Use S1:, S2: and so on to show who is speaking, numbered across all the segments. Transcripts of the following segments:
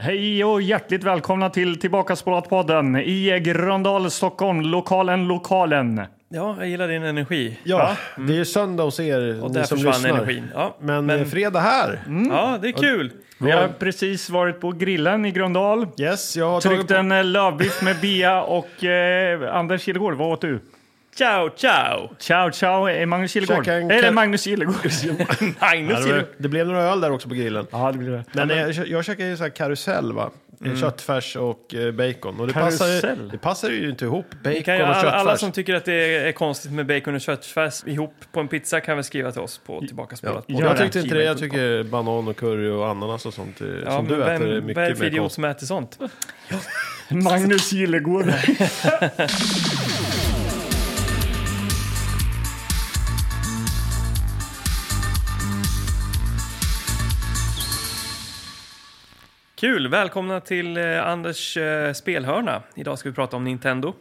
S1: Hej och hjärtligt välkomna till Tillbaka podden i Gröndal, Stockholm, lokalen, lokalen.
S2: Ja, jag gillar din energi.
S3: Ja, det är ju söndag hos er,
S2: Och
S3: ni
S2: där
S3: som
S2: försvann
S3: lyssnar.
S2: energin. Ja,
S3: Men,
S2: men- Mm.
S3: eh, fredag här!
S2: ja, det är kul.
S1: Vi har precis varit på grillen i Gröndal.
S3: Yes, jag har tagit
S1: Tryckt
S3: på...
S1: en eh, lövbiff med Bea och eh, Anders Kilegård. Vad åt du?
S2: Ciao, ciao!
S1: Ciao, ciao, eh, Magnus Kilegård.
S3: Käka en
S1: Eller
S3: kar-
S1: Magnus Kilegård.
S2: Magnus
S3: Ja, det,
S2: gillar-
S3: blev, det blev några öl där också på grillen.
S1: ja, det blir det.
S3: Men eh, jag, jag käkade ju så här karusell va? Eh,
S2: Mm.
S3: Köttfärs och eh, bacon. Och det passar, ju,
S1: Karusell?
S3: det passar ju inte ihop,
S2: Vi kan ju,
S3: bacon och
S2: alla,
S3: köttfärs.
S2: alla som tycker att det är konstigt med bacon och köttfärs ihop på en pizza kan väl skriva till oss på tillbaka
S3: Ja.
S2: spolat
S1: gör
S3: Jag
S1: det.
S3: tyckte inte det, jag tycker banan och curry och ananas och sånt eh, som du äter
S2: vem,
S3: är
S2: vad är det
S3: mycket
S2: för
S3: mer
S2: idiot
S3: konstigt.
S2: som äter sånt?
S1: Magnus Gillegård.
S2: Kul! Välkomna till eh, Anders eh, spelhörna. Idag ska vi prata om Nintendo.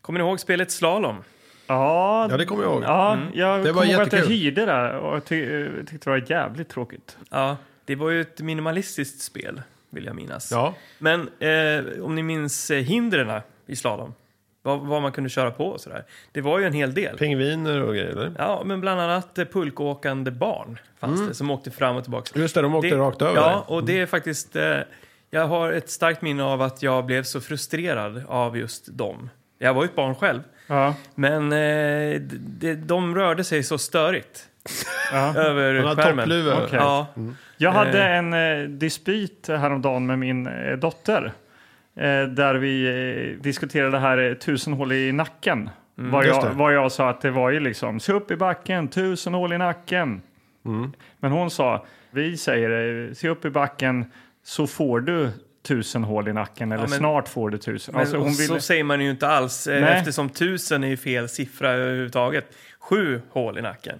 S2: Kommer ni ihåg spelet Slalom?
S1: Ja,
S3: Ja, det kommer jag ihåg.
S1: ja jag
S3: Det var
S1: kommer ihåg att jag
S3: jättekul.
S1: hyrde det och jag ty- eh, tyckte det var jävligt tråkigt.
S2: Ja, det var ju ett minimalistiskt spel, vill jag minnas.
S3: Ja.
S2: Men eh, om ni minns eh, hindren i slalom, vad, vad man kunde köra på och sådär. Det var ju en hel del.
S3: Pingviner och grejer, eller?
S2: Ja, men bland annat eh, pulkåkande barn fanns det som åkte fram och tillbaka.
S3: Just det, de Mm. åkte rakt över. Mm.
S2: Ja,
S3: dig.
S2: och det är faktiskt... Eh, jag har ett starkt minne av att jag blev så frustrerad av just dem. Jag var ju ett barn själv,
S1: Ja,
S2: men eh, de, de rörde sig så störigt
S1: ja.
S2: över
S3: Han hade
S2: skärmen.
S3: toppluva. Mm.
S1: Okej.
S2: Ja,
S1: Jag hade en eh, dispyt häromdagen med min eh, dotter. Eh, där vi eh, diskuterade det här eh, tusen hål i nacken.
S2: Mm,
S1: vad,
S3: just
S1: jag,
S3: det.
S1: vad jag sa att det var ju liksom, se upp i backen, tusen hål i nacken.
S2: Mm.
S1: Men hon sa, vi säger eh, se upp i backen så får du tusen hål i nacken eller
S2: Ja, men-
S1: snart får du tusen.
S2: men
S1: Alltså, hon
S2: så
S1: ville,
S2: säger man ju inte alls eh,
S1: Nej.
S2: eftersom tusen är ju fel siffra överhuvudtaget. Sju hål i nacken.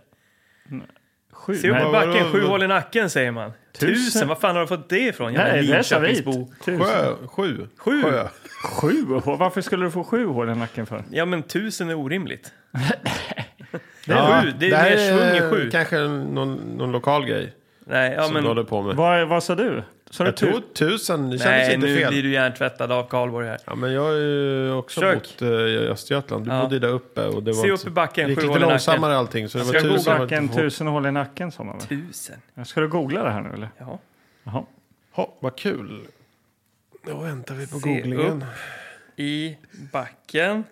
S1: sju,
S2: Se upp
S1: nej,
S2: i
S3: Vad-
S2: backen,
S3: vad-
S2: sju
S3: vad-
S2: hål i nacken säger man.
S1: Tusen?
S2: Tusen, vad fan har du fått det ifrån? Jävla
S1: nej, det sa vi.
S2: Linköpingsbo.
S1: Tusen.
S3: Sjö, sju.
S2: Sju?
S3: Sjö.
S1: Sju hål? Varför skulle du få sju hål i nacken för?
S2: Ja, men tusen är orimligt. det är
S3: Ja,
S2: sju, det
S3: här
S2: är mer svung i sju.
S3: kanske någon, någon lokal grej
S2: Nej, ja,
S3: som du håller
S2: men,
S3: på med.
S1: Vad, vad sa du? Sa du
S3: Jag
S1: tu-
S3: tror tusen, det kändes
S2: nej
S3: inte
S2: nu
S3: fel.
S2: blir du hjärntvättad av Karlborg här.
S3: Ja, men jag har ju också
S2: Försök.
S3: bott eh, i Östergötland. Du
S2: Ja.
S3: bodde ju där uppe och det var
S2: Se
S3: inte
S2: upp
S3: så-
S2: i backen,
S3: det gick
S2: sju
S3: lite
S2: hål i nacken.
S3: långsammare allting. Så det var
S2: Ska jag
S3: tusen
S2: googla
S3: som var
S1: Backen,
S3: lite-
S1: tusen hål i nacken sa man väl?
S2: Tusen,
S1: Ska du googla det här nu eller?
S2: ja.
S1: Jaha.
S3: Ha, vad kul. Då väntar vi på
S2: Se
S3: googlingen.
S2: I backen.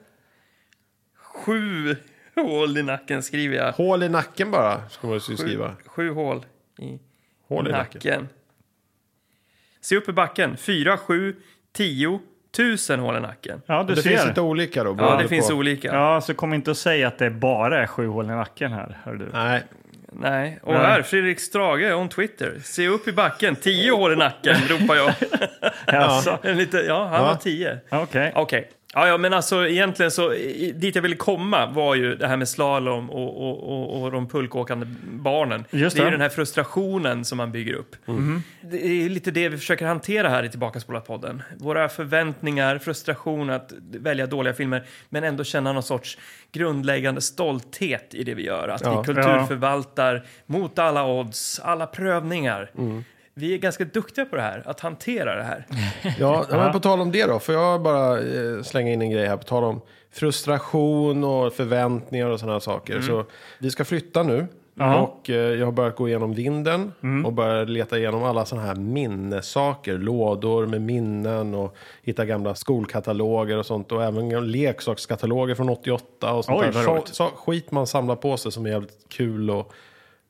S2: Sju hål i nacken skriver jag.
S3: Hål i nacken bara, ska man ju skriva.
S2: Sju hål i
S3: Hål i nacken.
S2: nacken. Se upp i backen. Fyra, sju, tio, tusen hål i nacken.
S1: Ja, du
S3: Det finns
S1: ser.
S3: lite olika då.
S2: Ja,
S3: beroende
S2: det finns
S3: på-
S2: olika.
S1: Ja, så kom inte och säg att det bara är sju hål i nacken här, hör du.
S3: Nej,
S2: Nej, och
S1: Nej.
S2: här, Fredrik Strage on Twitter. Se upp i backen, tio hål i nacken, ropar jag.
S1: Alltså,
S2: En lite, ja, han
S3: Ja.
S2: var tio.
S1: Okej.
S2: Okej. Ja, ja, men alltså egentligen så, i- dit jag ville komma var ju det här med slalom och, och, och, och de pulkåkande barnen.
S1: Just
S2: det är
S1: det.
S2: ju den här frustrationen som man bygger upp. Mm. Det är lite det vi försöker hantera här i Tillbakaspolat-podden. Våra förväntningar, frustration att välja dåliga filmer, men ändå känna någon sorts grundläggande stolthet i det vi gör. Att
S3: Ja.
S2: vi kulturförvaltar mot alla odds, alla prövningar. Vi är ganska duktiga på det här, att hantera det här.
S3: Ja, men på tal om det då. Får jag bara eh, slänga in en grej här. På tal om frustration och förväntningar och sådana saker. Så vi ska flytta nu.
S1: Mm. Ja. Mm.
S3: Och eh, jag har börjat gå igenom vinden. Och börjat leta igenom alla sådana här minnesaker. Lådor med minnen och hitta gamla skolkataloger och sånt. Och även leksakskataloger från 88 och sånt
S1: Oj,
S3: där.
S1: vad
S3: Så,
S1: roligt.
S3: så, skit man samlar på sig som är jävligt kul och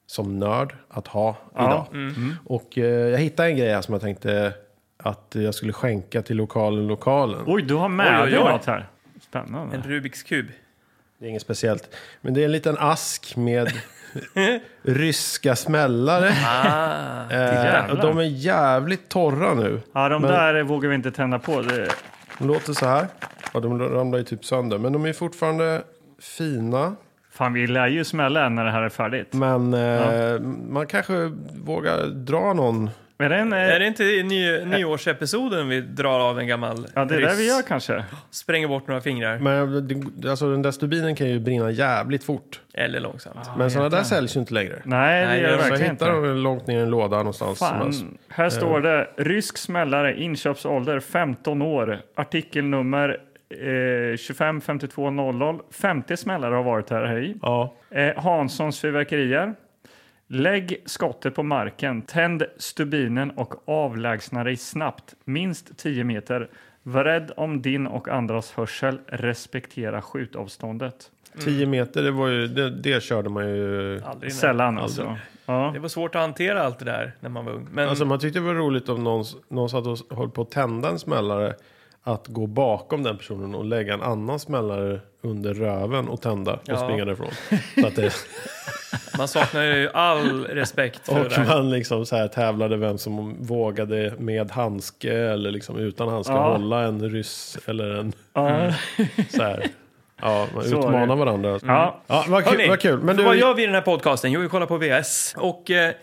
S3: som nörd att ha idag.
S1: Mm.
S3: Och eh, jag hittade en grej här som jag tänkte att jag skulle skänka till lokalen lokalen.
S1: Oj, du har med
S2: Oj, oj,
S1: dig
S2: oj.
S1: något här.
S2: En
S1: Spännande.
S2: Rubiks kub.
S3: Det är inget speciellt. Men det är en liten ask med ryska smällare.
S2: Ah.
S3: Eh, och de är jävligt torra nu.
S1: Ja, de
S3: Men-
S1: där vågar vi inte tända på. Det,
S3: De låter så här. Ja, de ramlar ju typ sönder. Men de är fortfarande fina.
S1: fan, vi lär ju smälla när det här är färdigt.
S3: Men eh, man kanske vågar dra någon
S1: Men den
S2: Är
S1: är...
S2: det inte i ny, nyårsepisoden vi drar av en gammal
S1: Ja, det är det
S2: ryss?
S1: vi gör kanske.
S2: Spränger bort några fingrar.
S3: Men det- alltså, den där stubinen kan ju brinna jävligt fort.
S2: Eller långsamt.
S3: Men sådana där säljs ju inte längre.
S1: Nej,
S2: Nej,
S1: det gör det
S2: jag
S3: Så
S1: verkligen
S3: hittar
S1: inte.
S3: de den långt ner i en låda någonstans.
S1: Fan,
S3: Som-
S1: här står det rysk smällare, inköpsålder 15 år, artikelnummer eh, 25 52 00. 50 smällare har varit här, hej.
S3: Ja.
S1: Eh, Hanssons fyrverkerier. Lägg skottet på marken, tänd stubinen och avlägsna dig snabbt, minst 10 meter. Var rädd om din och andras hörsel, respektera skjutavståndet.
S3: 10 meter, det, var ju, det, det körde man ju...
S2: Aldrig nej.
S1: Sällan alltså. Ja.
S2: Det var svårt att hantera allt det där när man var ung. Men
S3: Alltså man tyckte det var roligt om någon, någon satt och höll på att tända en smällare. Att gå bakom den personen och lägga en annan smällare under röven och tända och
S2: Ja.
S3: springa därifrån. Så att det,
S2: man saknar ju all respekt för det
S3: och
S2: där.
S3: man liksom så här tävlade vem som vågade med handske eller liksom utan handske
S1: Ja.
S3: hålla en ryss eller en
S1: Ja.
S3: så här. Ja, man
S1: Så är
S3: utmanar
S1: det. Mm.
S3: varandra.
S1: Ja.
S3: Ja, vad kul.
S2: Hörrni,
S3: Vad kul. Men
S2: för
S3: du,
S2: vad gör vi i den här podcasten? Jo, vi kollar på VS. Och eh,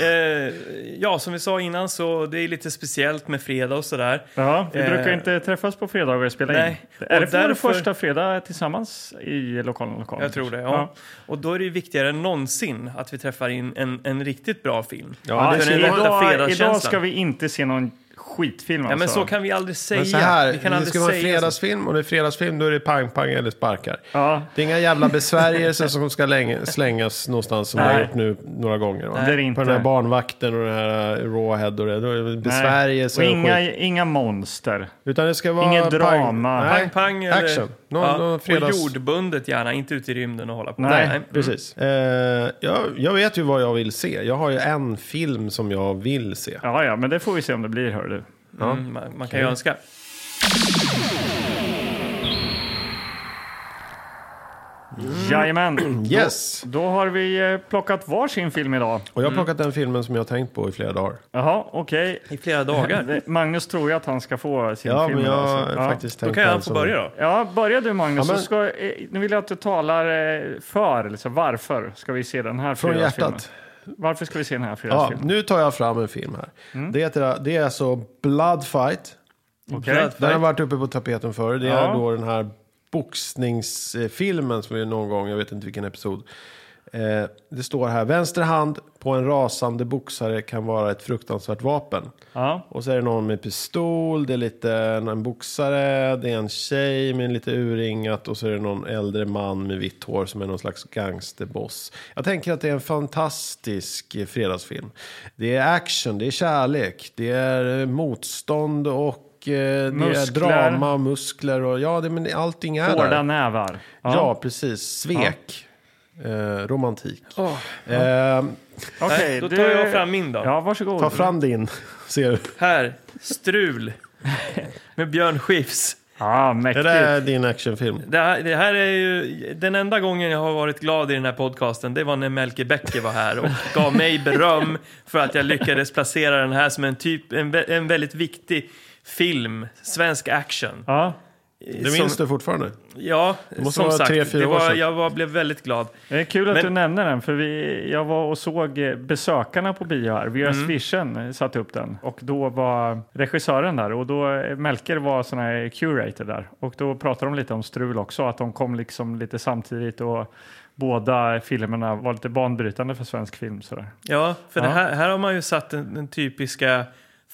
S2: eh, ja, som vi sa innan så det är lite speciellt med fredag och sådär.
S1: Ja, vi
S2: Eh,
S1: brukar inte träffas på fredagar och spela
S2: nej.
S1: in. Är
S2: Och
S1: det för därför...
S2: därför-
S1: första fredag tillsammans i lokalen? lokalen?
S2: Jag tror det, ja. Och då är det ju viktigare än någonsin att vi träffar in en, en riktigt bra film.
S3: Ja,
S1: Ja,
S3: det
S2: för den rätta
S1: idag,
S2: fredagskänslan.
S1: idag ska vi inte se någon skitfilm
S2: Ja, men
S1: alltså.
S2: så kan vi aldrig säga.
S3: Men så här,
S2: vi kan
S3: det
S2: aldrig
S3: ska vara en
S2: säga så.
S3: fredagsfilm och det är fredagsfilm då är det pang-pang eller sparkar.
S1: Ja,
S3: Det är inga jävla besvärjelser som ska länge, slängas någonstans som vi
S1: Nej.
S3: har gjort nu några gånger. Va?
S1: det är det
S3: På den här
S1: inte.
S3: barnvakten och den här eh, rawhead och det. Då är det
S1: Nej.
S3: besvärjelser
S1: Och
S3: och
S1: inga,
S3: skit.
S1: inga monster.
S3: Utan det ska vara...
S1: inget
S3: pang-
S1: drama.
S3: Nej,
S2: Pang, pang. eller-
S3: Action. Någon,
S2: ja,
S3: någon
S2: Och
S3: fredags...
S2: jordbundet gärna, inte ute i rymden och hålla på. Mm,
S1: Nej,
S3: Nej, precis. Eh, jag, jag vet ju vad jag vill se. Jag har ju en film som jag vill se.
S1: Ja, ja, men det får vi se om det blir, hör du.
S2: Mm, man, man kan ju önska.
S1: Jajamän.
S3: Yes!
S1: Då har vi eh, plockat varsin film idag.
S3: Och jag har plockat den filmen som jag har tänkt på i flera dagar.
S1: Jaha, okej. Eh,
S2: I flera dagar.
S1: Magnus tror ju att han ska få sin
S3: Ja,
S1: film.
S3: men jag
S1: idag,
S3: har
S1: alltså. ja.
S3: faktiskt tänkt
S2: Då kan
S3: på
S2: jag
S3: den
S2: få
S3: som-
S2: börja då.
S1: Ja, börja du Magnus.
S3: Ja, men-
S1: så ska, eh, nu vill jag att du talar eh, för, eller så varför ska vi se den här
S3: Från
S1: fredagsfilmen?
S3: hjärtat.
S1: Varför ska vi se den här
S3: Ja,
S1: fredagsfilmen?
S3: nu tar jag fram en film här. Det, heter, det är alltså Bloodfight. mm,
S1: Okej.
S2: Blood-
S3: Den har varit uppe på tapeten förr. Det är
S1: Ja.
S3: då den här boxningsfilmen som vi någon gång, jag vet inte vilken episod. Eh, det står här, vänster hand på en rasande boxare kan vara ett fruktansvärt vapen.
S1: Ja.
S3: Och så är det någon med pistol, det är lite en, en boxare, det är en tjej med lite urringat och så är det någon äldre man med vitt hår som är någon slags gangsterboss. Jag tänker att det är en fantastisk eh, fredagsfilm. Det är action, det är kärlek, det är eh, motstånd och eh, det är
S1: Muskler.
S3: drama och muskler och ja, det, men det- allting är
S1: Hårda
S3: där.
S1: nävar.
S3: Ja. precis. Svek. Eh, romantik.
S2: Åh.
S3: Eh,
S1: Okej,
S2: Nej, då tar
S1: du-
S2: jag fram min då.
S1: Ja, varsågod.
S3: ta fram din, ser du.
S2: Här, Strul. Med Björn Skifs.
S1: Ja,
S3: Det
S1: mäktigt.
S3: där är din actionfilm.
S2: Det här, det här är ju den enda gången jag har varit glad i den här podcasten. Det var när Melke Bäcke var här och gav mig beröm för att jag lyckades placera den här som en, typ, en, vä- en väldigt viktig film, svensk action.
S1: Ja,
S3: Det
S2: som,
S3: minns du fortfarande?
S2: Ja,
S3: måste
S2: som
S3: vara
S2: sagt.
S3: tre, fyra
S2: det
S3: år
S2: var,
S3: sedan.
S2: jag var, blev väldigt glad.
S1: det är kul att
S2: Men-
S1: du nämner den, för vi, jag var och såg eh, Besökarna på bio här. Vera
S2: Mm.
S1: Swishen eh, satte upp den och då var regissören där och då eh, Melker var sån här curator där och då pratade de lite om strul också, att de kom liksom lite samtidigt och båda filmerna var lite banbrytande för svensk film sådär.
S2: Ja, för Det
S1: Ja.
S2: här, här har man ju satt den, den typiska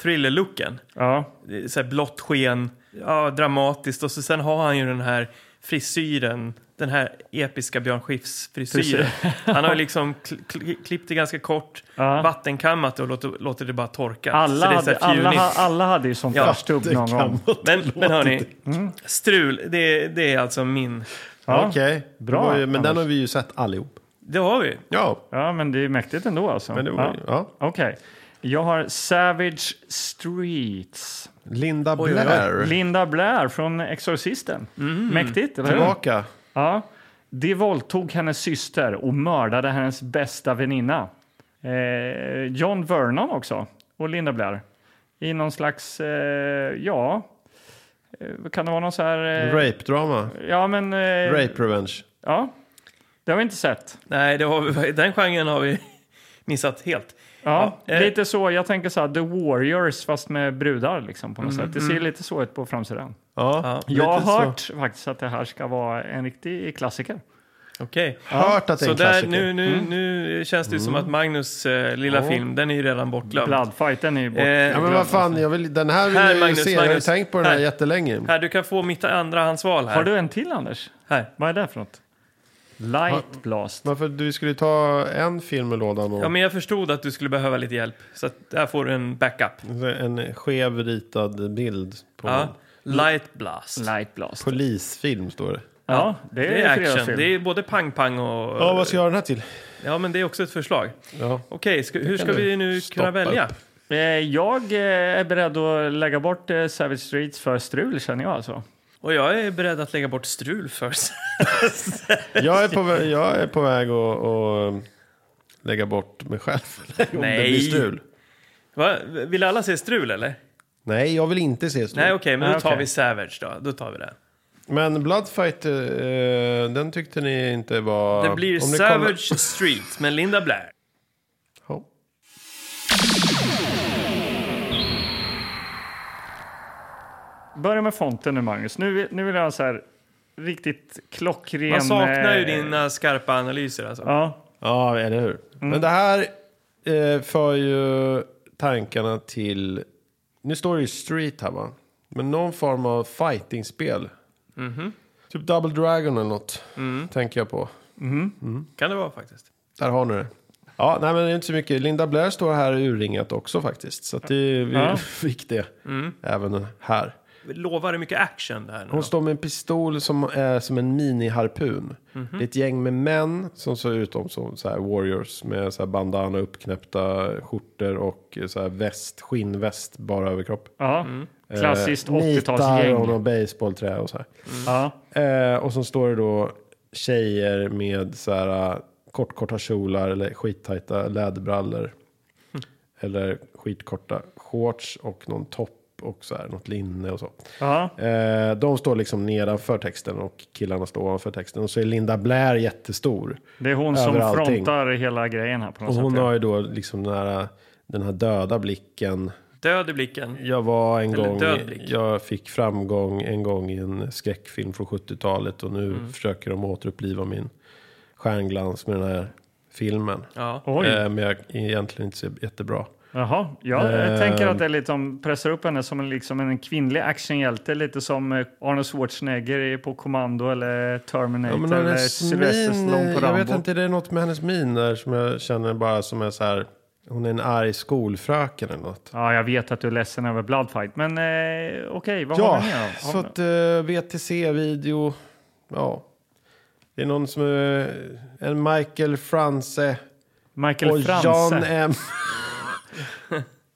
S2: thriller-looken.
S1: Ja,
S2: Det är Så här blått sken, ja, dramatiskt och så sen har han ju den här frisyren. Den här episka Björn Skifs frisyren. Han har ju liksom kl- kl- klippt det ganska kort,
S1: Ja.
S2: vattenkammat det och låter, låter det bara torka.
S1: alla,
S2: så det är så
S1: hade,
S2: här
S1: alla,
S2: fjunigt.
S1: ha- alla hade ju sånt
S2: Ja,
S1: där stubb
S3: det
S1: någon
S3: kan
S1: gång.
S3: man.
S2: Men, men hörni, strul, det, det är alltså min...
S1: Ja.
S3: Okej,
S1: Bra,
S3: Det var ju, men den
S1: Anders.
S3: har vi ju sett allihop.
S2: Det har vi.
S3: Ja,
S1: ja, men det är mäktigt ändå alltså.
S3: men det var,
S1: ja.
S3: ja.
S1: Okej. Jag har Savage Streets.
S3: Linda
S2: oj, oj.
S3: Blair.
S1: Linda Blair från Exorcisten. Mäktigt, eller hur?
S3: Mm. Tillbaka.
S1: Ja. De våldtog hennes syster och mördade hennes bästa väninna. Eh, John Vernon också, och Linda Blair. I någon slags, eh, ja... eh, Kan det vara någon så här... Eh,
S3: Rape-drama.
S1: ja, men... Eh,
S3: Rape revenge.
S1: Ja, det har vi inte sett.
S2: Nej, det har vi, den genren har vi missat helt.
S1: Ja,
S2: Ja, eh,
S1: lite så. Jag tänker så här, The Warriors fast med brudar liksom på något sätt. Det ser lite så ut på framsidan.
S3: Ja,
S1: Jag har
S3: Mm, lite så.
S1: hört faktiskt att det här ska vara en riktig klassiker.
S2: Okej.
S3: Hört att det är
S2: Så
S3: en
S2: där,
S3: klassiker. Mm.
S2: nu, nu, nu känns det ju som att Magnus eh, lilla
S3: Ja.
S2: film, den är ju redan bortglömd.
S1: Bloodfighten är ju bort.
S2: Eh,
S3: Ja men vad fan, jag vill, den här vill
S2: Här,
S3: jag ju
S2: Magnus,
S3: se. Jag har ju
S2: Magnus.
S3: tänkt på den här,
S2: Här.
S3: jättelänge.
S2: Här, du kan få mitt andrahandsval här.
S1: Har du en till Anders?
S2: här.
S1: Vad är det för något? Light Blast.
S3: Varför du skulle ta en film ur lådan och
S2: Ja, men jag förstod att du skulle behöva lite hjälp, så att där får du en backup.
S3: Mm. en skev ritad bild på
S2: Ja. Light Blast.
S1: Light Blast.
S3: polisfilm står det.
S1: Ja, det
S2: Det
S1: är,
S2: är
S1: fredagsfilm.
S2: action. Det är både pang-pang och...
S3: Ja, vad ska jag ha den här till?
S2: Ja, men det är också ett förslag.
S3: Ja.
S2: Okej, ska, hur ska
S3: kan
S2: vi
S3: du
S2: nu kunna
S3: stoppa
S2: välja?
S3: upp.
S1: Eh, Jag eh, är beredd att lägga bort eh, Savage Streets för strul känner jag alltså.
S2: Och jag är beredd att lägga bort strul först.
S3: Jag är på, vä- jag är på väg att, att lägga bort mig själv. Om det
S2: Nej.
S3: blir strul.
S2: Va? Vill alla se strul eller?
S3: Nej, jag vill inte se strul.
S2: Nej, okej, men
S1: Nej,
S2: då tar
S1: okej.
S2: vi Savage då. Då tar vi den.
S3: Men Bloodfight, eh, den tyckte ni inte var...
S2: Det blir
S3: Om ni kollar-
S2: Savage Street med Linda Blair.
S3: Ja.
S1: Börja med fonten nu Magnus. Nu, nu vill jag ha så här riktigt klockren...
S2: Man saknar ju
S1: eh,
S2: dina skarpa analyser alltså.
S1: Ja,
S3: Ja, eller hur?
S2: Mm.
S3: Men det här eh, för ju tankarna till... Nu står det ju street här, va? Men någon form av fighting-spel.
S2: Mhm.
S3: Typ Double Dragon eller något,
S2: Mm.
S3: tänker jag på.
S2: Kan det vara faktiskt.
S3: Där har ni det. Ja, nej men det är inte så mycket. Linda Blair står här urringat också faktiskt. Så att det, vi
S1: Ja. Mm.
S3: fick det även här.
S2: Lovar det mycket action det här nu
S3: Hon
S2: då?
S3: står med en pistol som är som en mini-harpun.
S1: Mhm.
S3: Det är ett gäng med män som ser ut om som så här warriors med så här bandana, uppknäppta skjortor och så här väst, skinnväst, bara överkropp.
S1: ja.
S2: Mm.
S1: klassiskt
S3: Eh, Nitar och
S1: 80-talsgäng.
S3: någon baseballträ och så här.
S1: Ja.
S3: Eh, och så står det då tjejer med så här eh, kortkorta kjolar eller skittajta läderbrallor. Eller skitkorta shorts och någon topp och så här, något linne och så.
S1: Ja.
S3: Eh, de står liksom nedanför texten och killarna står ovanför texten. Och så är Linda Blair jättestor.
S1: Det är hon
S3: Över
S1: som
S3: allting.
S1: frontar hela grejen här på något
S3: Och
S1: sätt.
S3: hon
S1: ja.
S3: har ju då liksom den här, den här döda blicken.
S2: Död i blicken.
S3: Jag var en
S2: Eller
S3: gång,
S2: död blick.
S3: jag fick framgång en gång i en skräckfilm från 70-talet och nu
S1: Mm.
S3: försöker de återuppliva min stjärnglans med den här filmen.
S2: Ja.
S1: Oj.
S3: Eh, men jag är egentligen inte så jättebra.
S1: Jaha, ja, jag
S3: Ehm.
S1: tänker att det är lite som pressar upp henne som en, liksom en kvinnlig actionhjälte, lite som eh, Arnold Schwarzenegger i- på Kommando eller
S3: Ja,
S1: Terminator
S3: men
S1: eller
S3: hennes
S1: Sylvester
S3: min,
S1: Stallone på
S3: jag vet
S1: Rambo.
S3: inte, det är något med hennes min där som jag känner bara som är så här, hon är en arg skolfröken eller något.
S1: Ja, jag vet att du är ledsen över Bloodfight, men eh, okej, vad har
S3: Ja,
S1: vi mer om?
S3: så att eh, VTC-video. Ja. Det är någon som är en Michael Franze
S1: Michael
S3: och
S1: Franze.
S3: John M.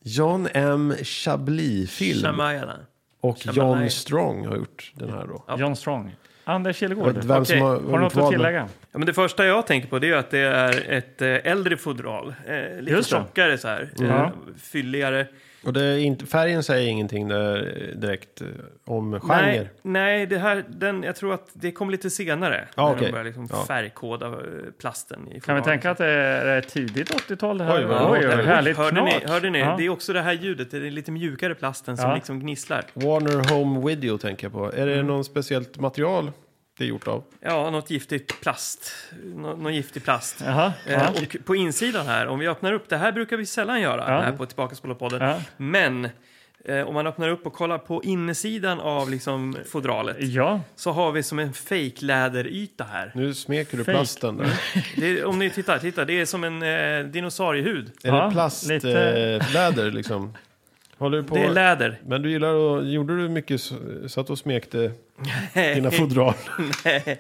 S3: John M. Chablis-film.
S2: Shamayana.
S3: Och
S2: Shyamalan.
S3: John Strong har gjort den här då.
S1: John Strong. Anders
S3: Jag vet
S1: Killegård,
S3: inte vem
S2: Okej,
S3: som har,
S1: har du något
S3: valt
S1: att
S3: den.
S1: tillägga?
S2: Ja, men det första jag tänker på det är att det är ett eh, äldre fodral. Eh, lite
S1: Just det.
S2: tjockare så här. Eh,
S1: Ja.
S2: fylligare.
S3: Och det är inte, färgen säger ingenting där eh, direkt eh, om genre.
S2: Nej, nej det här, den, jag tror att det kom lite senare.
S3: Ja,
S2: när
S3: okej.
S2: de började liksom
S3: Ja.
S2: färgkoda eh, plasten. I
S1: Ah, Kan vi
S2: fodralet.
S1: tänka att det är är det tidigt 80-tal det här?
S3: Oj, vad låter det.
S1: härligt
S2: hörde
S1: knak.
S2: Ni, hörde ni?
S1: Ja.
S2: Det är också det här ljudet. Det är lite mjukare plasten som
S1: Ja.
S2: liksom gnisslar.
S3: Warner Home Video tänker jag på. Är
S1: Mm.
S3: det någon speciellt material det är gjort av?
S2: Ja, något giftigt plast. Nå, någon giftig plast.
S1: Jaha,
S2: Eh,
S1: ja.
S2: och på insidan här, om vi öppnar upp, det här brukar vi sällan göra
S1: Ja.
S2: här på Tillbaka Spolarpodden.
S1: Ja.
S2: Men eh, om man öppnar upp och kollar på insidan av liksom, fodralet
S1: ja,
S2: så har vi som en fake läderyta här.
S3: Nu smeker du
S1: Fake.
S3: plasten där.
S2: Det är, om ni tittar, titta, det är som en eh, dinosauriehud.
S3: Är
S1: Ja,
S3: det
S1: lite.
S3: plastläder liksom? Håller du på?
S2: Det är läder.
S3: Men du gillar att, gjorde du mycket, så- satt och smekte dina fodral?
S2: Nej,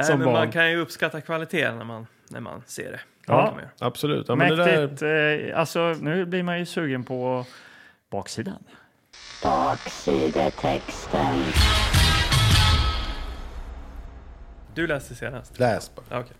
S3: som
S2: men
S3: barn.
S2: man kan ju uppskatta kvaliteten när man, när man ser det.
S1: Ja.
S2: Det kan man göra.
S3: Absolut. Ja, men det där,
S1: mäktigt. Eh, alltså, nu blir man ju sugen på baksidan.
S4: Baksidetexten.
S2: Du läste senast.
S3: läs bara.
S2: Ja, okej.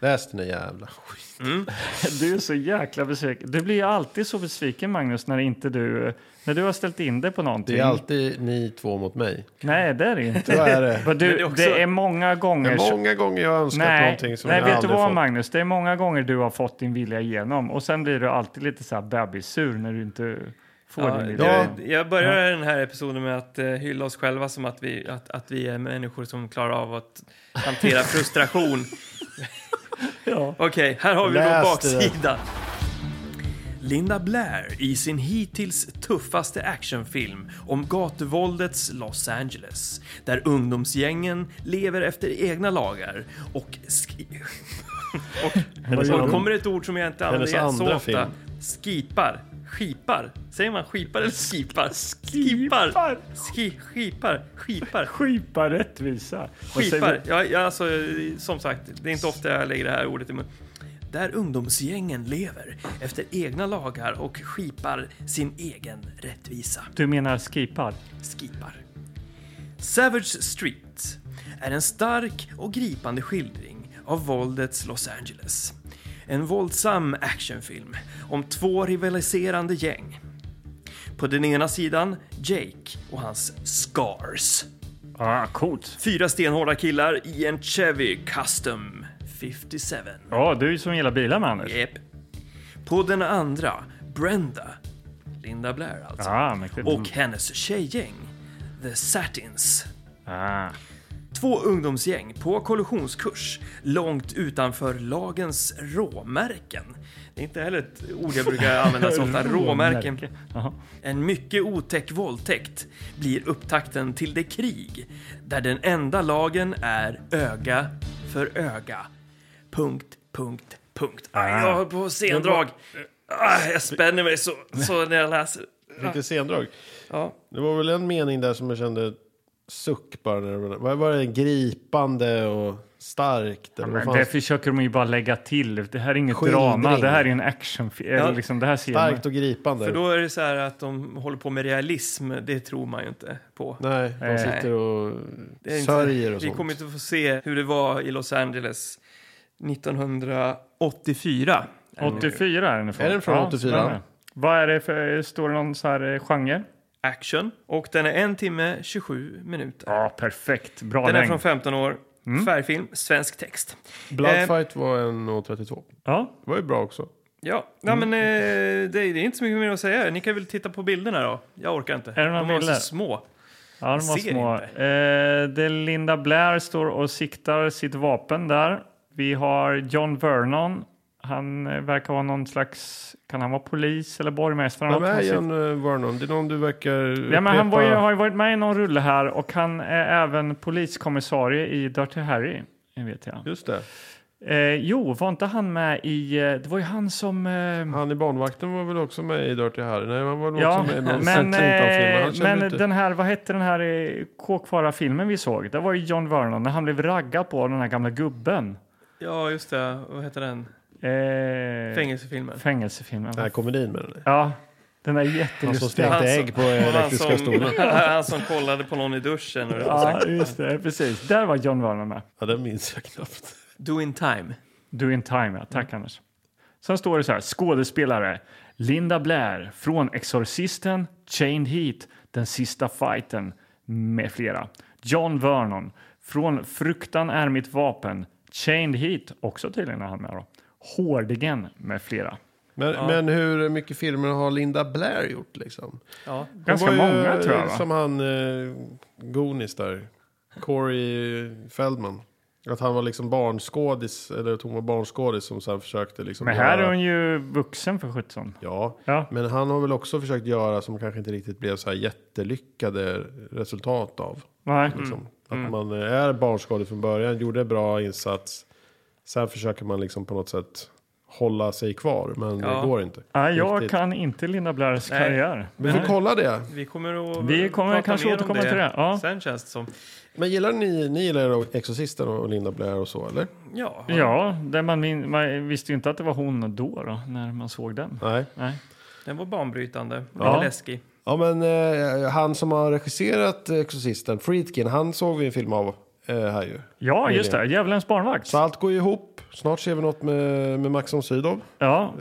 S3: Läs den jävla skit.
S1: Du är så jäkla besviken. Du blir ju alltid så besviken, Magnus, när inte du... När du har ställt in dig på någonting.
S3: Det är alltid ni två mot mig.
S1: Nej, det Mm. är det
S3: Så
S1: inte.
S3: är det.
S1: Men du,
S2: det
S1: det,
S2: är
S1: är
S2: också-
S1: många
S3: Det
S1: gånger...
S3: är
S1: så-
S3: många gånger jag har önskat
S1: Nej,
S3: någonting som
S1: nej
S3: jag
S1: vet du
S3: aldrig
S1: vad
S3: fått.
S1: Magnus? Det är många gånger du har fått din vilja igenom och sen blir du alltid lite så här bebissur när du inte får
S2: Ja,
S1: din vilja
S2: jag,
S1: igenom.
S2: jag börjar den här episoden med att eh, hylla oss själva som att vi, att, att vi är människor som klarar av att hantera frustration.
S1: Ja.
S2: Okej, här har vi då
S3: Läs det.
S2: baksidan. Linda Blair i sin hittills tuffaste actionfilm om gatuvåldets Los Angeles, där ungdomsgängen lever efter egna lagar och... Sk-
S3: Hennes
S2: och, och
S3: andra-
S2: kommer ett ord som jag inte
S3: hennes
S2: använder så
S3: andra
S2: ofta. Skipar. Skipar. Säger man skipar eller skipar? Skipar. Ski, skipar. Skipar.
S1: Skipa rättvisa. Vad säger
S2: Skipar. Ja, ja, alltså, som sagt, det är inte ofta jag lägger det här ordet i mun. Där ungdomsgängen lever efter egna lagar och skipar sin egen rättvisa.
S1: vi? Du menar skipar?
S2: Skipar. Savage Street är en stark och gripande skildring av våldets Los Angeles. En våldsam actionfilm om två rivaliserande gäng. På den ena sidan Jake och hans Scars.
S1: Ah, coolt.
S2: Fyra stenhårda killar i en Chevy Custom 57.
S1: Ja, du som gillar bilar med Anders.
S2: Yep. På den andra Brenda, Linda Blair alltså,
S1: Ah, mäktigt.
S2: och hennes tjejgäng, The Satins.
S1: Ah.
S2: Två ungdomsgäng på kollisionskurs långt utanför lagens råmärken. Det är inte heller ett ord jag brukar använda så ofta. Råmärken.
S1: Jaha.
S2: En mycket otäck våldtäkt blir upptakten till det krig där den enda lagen är öga för öga. Punkt, punkt, punkt. Aj, jag har på scendrag. Aj, jag spänner mig så, så när jag läser.
S3: Vilket sendrag.
S2: Ja.
S3: Det var väl en mening där som jag kände suck bara. När det var, var- var det gripande och starkt? Eller vad
S1: Men
S3: fan?
S1: det försöker de ju bara lägga till. Det här är inget
S3: Skildring.
S1: drama, det här är en action.
S2: Ja.
S1: Ja. Liksom, det här ser man.
S3: Starkt och gripande.
S2: För då är det så här att de håller på med realism, det tror man ju inte på.
S3: Nej, de
S1: Nej.
S3: sitter och
S2: Det är inte-
S3: sörjer och
S2: Vi
S3: sånt.
S2: kommer inte få se hur det var i Los Angeles 1984.
S1: 84 är den ifrån.
S3: Är den från
S1: Ja,
S3: 84?
S1: spännande. Vad är det för, står det någon så här eh, genre?
S2: Action. Och den är en timme 27 minuter.
S1: Ja, perfekt. Bra
S2: Den är
S1: längd. Mm.
S2: från 15 år. Färgfilm, svensk text. Eh,
S3: Bloodfight var 1.32.
S1: Ja,
S3: Det var ju bra också.
S2: Ja, Nej,
S1: Mm.
S2: men eh, det, är- det är inte så mycket mer att säga. Ni kan väl titta på bilderna då? Jag orkar inte.
S1: det några
S2: De var så
S1: bilder?
S2: små.
S1: ja de var
S2: ser
S1: små.
S2: inte.
S1: Eh, det är Linda Blair står och siktar sitt vapen där. Vi har John Vernon. Han eh, verkar vara någon slags, kan han vara polis eller borgmästare?
S3: Vem
S1: Något
S3: är
S1: han sitter-
S3: John eh, Vernon? Det är någon du verkar
S1: Ja, men han var ju,
S3: upprepa.
S1: har ju varit med i någon rulle här och han är även poliskommissarie i Dirty Harry. det Vet jag.
S3: Just det.
S1: Eh, jo, var inte han med i... eh, Det var ju han som... Eh,
S3: Han i barnvakten var väl också med i Dirty Harry? Nej, han var väl
S1: Ja,
S3: också med i någon
S1: men,
S3: Clinton-film. Han
S1: eh,
S3: kände
S1: men
S3: inte-
S1: den här, vad hette den här eh, kåkfara-filmen vi såg? Det var ju John Vernon när han blev raggad på av den här gamla gubben.
S2: Ja, just det. Vad heter den?
S1: Eh,
S2: Fängelsefilmen.
S1: Fängelsefilmen.
S3: Den här komedin med den.
S1: Ja, den är
S3: Han som
S1: jättelustiga.
S3: stekte
S2: Han som-
S3: ägg på
S2: Och Han
S3: elektriska
S2: som,
S3: stolen.
S2: han som kollade på någon i duschen. Och det var så
S1: Ja,
S2: här,
S1: just det. Precis. Där var John Vernon med.
S3: Ja, den minns jag knappt.
S2: Do in time.
S1: Do in time, ja.
S3: Mm.
S1: Tack Anders. Sen står det så här, skådespelare. Linda Blair från Exorcisten, Chained Heat, Den sista fighten med flera. John Vernon från Fruktan är mitt vapen, Chained Heat, också tydligen är han med då. Hårdingen med flera.
S3: Men, men hur mycket filmer har Linda Blair gjort liksom?
S2: Ja.
S1: Ganska
S3: Hon var ju,
S1: många tror jag va?
S3: Som han, eh, Goonies där. Corey Feldman. Att han var liksom barnskådis, eller att hon var barnskådis som sen försökte liksom...
S1: Men här
S3: göra-
S1: är hon ju vuxen för 17.
S3: Ja,
S1: Ja.
S3: men han har väl också försökt göra som kanske inte riktigt blev så här jättelyckade resultat av.
S1: Nej.
S3: Liksom.
S2: Mm.
S3: Att man eh, är barnskadad från början, gjorde en bra insats. Sen försöker man liksom på något sätt hålla sig kvar, men
S2: Ja.
S3: det går inte.
S1: Nej, jag
S3: Riktigt.
S1: kan inte Linda Blairs
S2: Nej.
S1: karriär.
S3: Vi får kolla det.
S2: Vi kommer att
S1: Vi kommer
S2: prata
S1: kanske
S2: mer om
S1: återkomma till det, ja.
S2: Sen känns det som...
S3: Men gillar ni, ni gillar Exorcisten och Linda Blair och så, eller?
S2: Ja,
S1: Ja, det man, min- man visste ju inte att det var hon då, då när man såg den.
S3: Nej.
S1: Nej.
S2: den var banbrytande. Lite
S1: Ja.
S2: läskig.
S3: Ja, men eh, han som har regisserat Exorcisten, Friedkin, han såg vi en film av eh, här ju.
S1: Ja, just det. Djävulens barnvakt.
S3: Så allt går ju ihop. Snart ser vi något med, med Max von Sydow.
S1: Ja,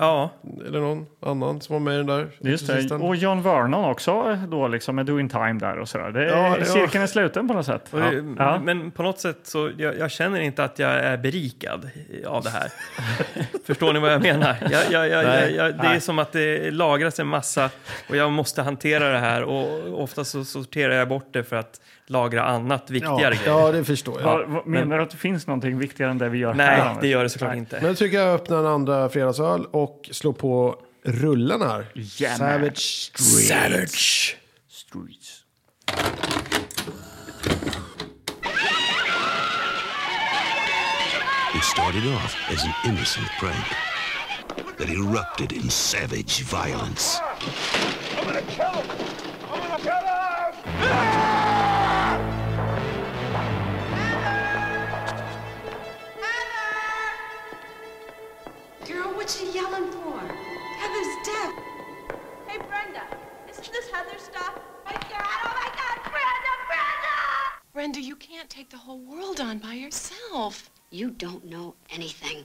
S2: Ja,
S3: Eller någon annan som var med i den där.
S1: just det.
S3: kultisten.
S1: Och John Vernon också då liksom med Doing Time där och sådär. Det
S3: Ja,
S1: är,
S3: ja.
S1: Cirkeln är sluten på något sätt.
S2: och, det-
S1: Ja.
S2: men på något sätt så jag, jag känner inte att jag är berikad av det här. Förstår ni vad jag menar? Jag, jag, jag, jag, jag, det är
S1: Nej.
S2: som att det lagras en massa och jag måste hantera det här och ofta så sorterar jag bort det för att lagra annat viktigare
S3: ja,
S2: grejer.
S3: ja, det förstår jag.
S1: Vad- vad- Menar du att det finns någonting viktigare än det vi gör här?
S2: Nej,
S1: Anders?
S2: det gör det såklart inte.
S3: Men jag tycker jag öppnar en andra fredagsöl och slår på rullen här.
S1: Yeah, man.
S3: Savage Street. Savage.
S1: Streets.
S4: It started off as an innocent prank that erupted in savage violence.
S5: I'm gonna kill him! I'm gonna kill him!
S6: Girl, what you yelling for? Heather's deaf.
S7: Hey, Brenda, isn't this Heather stuff? My God, oh my God, Brenda, Brenda!
S6: Brenda, you can't take the whole world on by yourself.
S8: You don't know anything.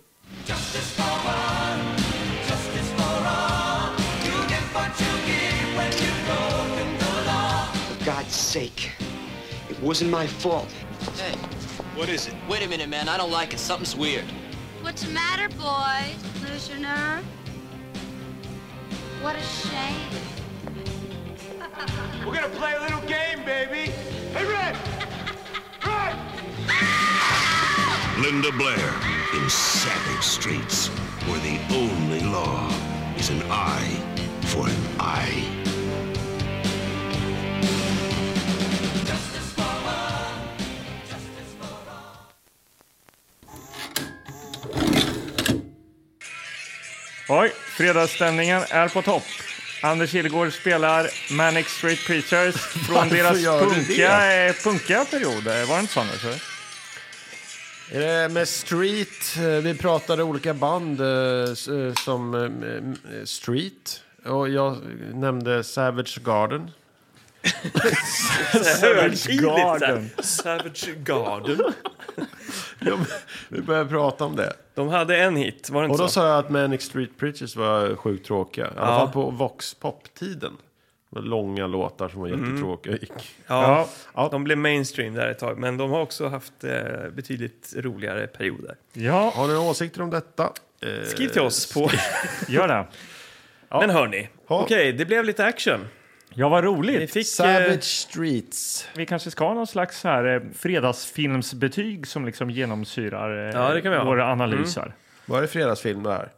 S9: For God's sake. It wasn't my fault.
S10: Hey. What is it? Wait a minute, man. I don't like it. Something's weird.
S8: What's the matter, boy? Lose your nerve? What a shame.
S5: We're gonna play a little game, baby! Hey, Red! Red!
S4: Linda Blair in savage streets where the only law is an eye for an eye.
S1: Oj, fredagsstämningen är på topp. Anders Hildegård spelar Manic Street Preachers från deras
S3: gör du
S1: punkiga, eh, punkiga period. Eh, Var det inte så, Anders? eller?
S3: Är det med Street, eh, vi pratade olika band eh, s- eh, som eh, m- eh, Street. Och jag nämnde Savage Garden.
S1: Savage Garden.
S2: Garden. Savage Garden.
S3: De, vi började prata om det.
S2: De hade en hit, var det
S3: Och
S2: inte
S3: då
S2: så?
S3: sa jag att Manic Street Preachers var sjukt tråkiga. I alla
S2: Ja.
S3: fall på Voxpop-tiden. Med långa låtar som var jättetråkiga.
S2: Ja,
S3: Ja.
S2: De blev mainstream där ett tag, men de har också haft eh, betydligt roligare perioder.
S1: Ja,
S3: Har ni några åsikter om detta? Eh,
S2: Skriv till oss på...
S1: gör det.
S2: Men hörni,
S3: Ja.
S2: okej, det blev lite action.
S1: Ja, vad
S2: Vi
S1: roligt.
S2: fick... eh,
S3: Savage Streets.
S1: Vi kanske ska ha någon slags så här, eh, fredagsfilmsbetyg som liksom genomsyrar eh,
S2: Ja, det kan vi ha.
S1: våra
S3: Mm.
S1: analyser.
S3: Var det fredagsfilm det här?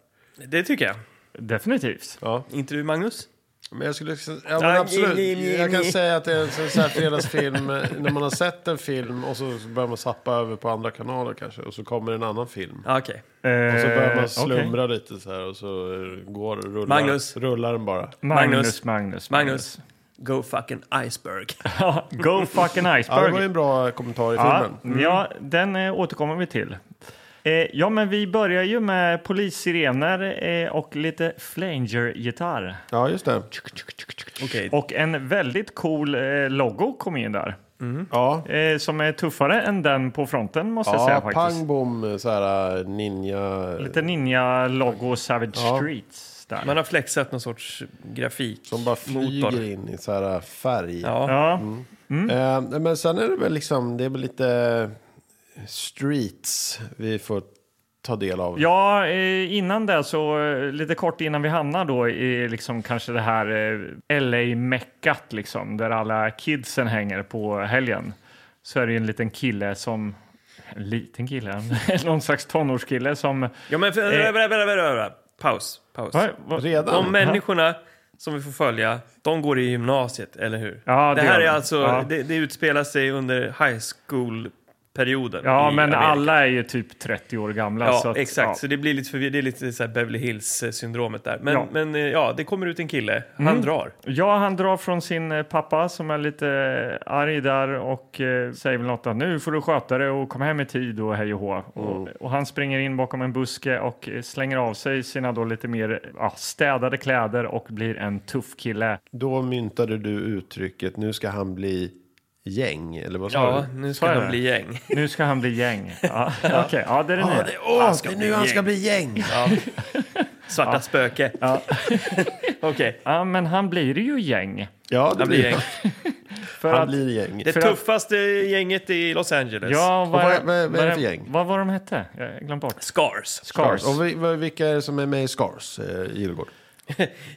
S2: det tycker jag.
S1: Definitivt.
S2: Inte du, Magnus?
S3: Men jag skulle... liksom- Ja, men absolut.
S2: ni, ni,
S3: Jag kan
S2: ni.
S3: säga att det är en sån här fredagsfilm. eh, när man har sett en film och så börjar man sappa över på andra kanaler kanske. Och så kommer en annan film.
S2: Ja, Okej.
S1: Eh,
S3: Och så börjar man
S1: okej.
S3: slumra lite så här och så eh, går, rullar,
S2: Magnus.
S3: rullar den bara.
S1: Magnus, Magnus,
S2: Magnus, go fucking iceberg.
S1: Ja, Go fucking
S3: Ja, det var
S1: iceberg.
S3: ju en bra kommentar i
S1: Ja,
S3: filmen. Mm.
S1: ja, den eh, återkommer vi till. Eh, ja, men vi börjar ju med polissirener eh, och lite flanger-gitarr.
S3: Ja, just det.
S2: Okej.
S1: Och en väldigt cool eh, logo kom in där.
S3: Ja,
S1: Eh, som är tuffare än den på fronten måste jag säga
S3: Ja,
S1: faktiskt.
S3: pang bom, så här ninja
S1: Lite ninja-logo Savage
S3: Ja.
S1: Streets där.
S2: Man har flexat någon sorts grafik.
S3: som bara flyger in i så här färg.
S2: Ja.
S1: ja.
S3: Eh, men sen är det väl liksom, det är väl lite streets vi får ta del av.
S1: Ja, eh, innan det så eh, lite kort innan vi hamnar då i liksom kanske det här eh, LA-meckat liksom där alla kidsen hänger på helgen så är det ju en liten kille som en liten kille, någon slags tonårskille som...
S2: ja, men... För,
S1: Eh.
S2: vänta, vänta, vänta, vänta. Paus. Paus.
S1: Va? Va?
S3: Redan?
S2: De människorna som vi får följa, de går i gymnasiet, eller hur?
S1: Ja,
S2: det,
S1: det
S2: här
S1: gör
S2: är
S1: de.
S2: alltså,
S1: Ja.
S2: det, det utspelar sig under high school-perioden.
S1: Ja,
S2: i
S1: men
S2: Amerika.
S1: alla är ju typ 30 år gamla.
S2: Ja,
S1: så att,
S2: exakt.
S1: ja.
S2: Så det blir lite förvirrat. Det är lite så här Beverly Hills-syndromet där. Men ja.
S1: Ja. Mm.
S2: men eh, ja, det kommer ut en kille. Han drar.
S1: Ja, han drar från sin eh, pappa som är lite eh, arg där och eh, säger väl något att nu får du sköta dig och kom hem i tid och hej och hå. Och,
S3: Mm.
S1: och han springer in bakom en buske och eh, slänger av sig sina då lite mer ja, städade kläder och blir en tuff kille.
S3: Då myntade du uttrycket, nu ska han bli gäng, eller vad sa
S2: Ja,
S3: du?
S2: nu
S1: Så
S2: ska
S1: är
S2: de
S1: det.
S2: bli gäng.
S1: Nu ska han bli gäng. Ja, Okej, ja, det är det
S3: Ja,
S1: nya.
S3: det, åh, han ska nu han ska bli gäng!
S2: Svarta spöke. Okej,
S1: Ja, men han blir ju gäng.
S3: Ja, det
S2: han blir
S3: blir
S2: gäng.
S1: För
S3: Han
S1: att-
S3: blir gäng.
S2: Det
S1: För att-
S2: tuffaste gänget i Los Angeles.
S1: Ja,
S3: vad
S1: är-
S3: är- vad är- vad är det för gäng?
S1: Vad var de hette? Jag har glömt bort.
S2: Scars.
S1: Scars.
S3: Och vi, vad- vilka är det som är med i Scars, eh, Gilgård?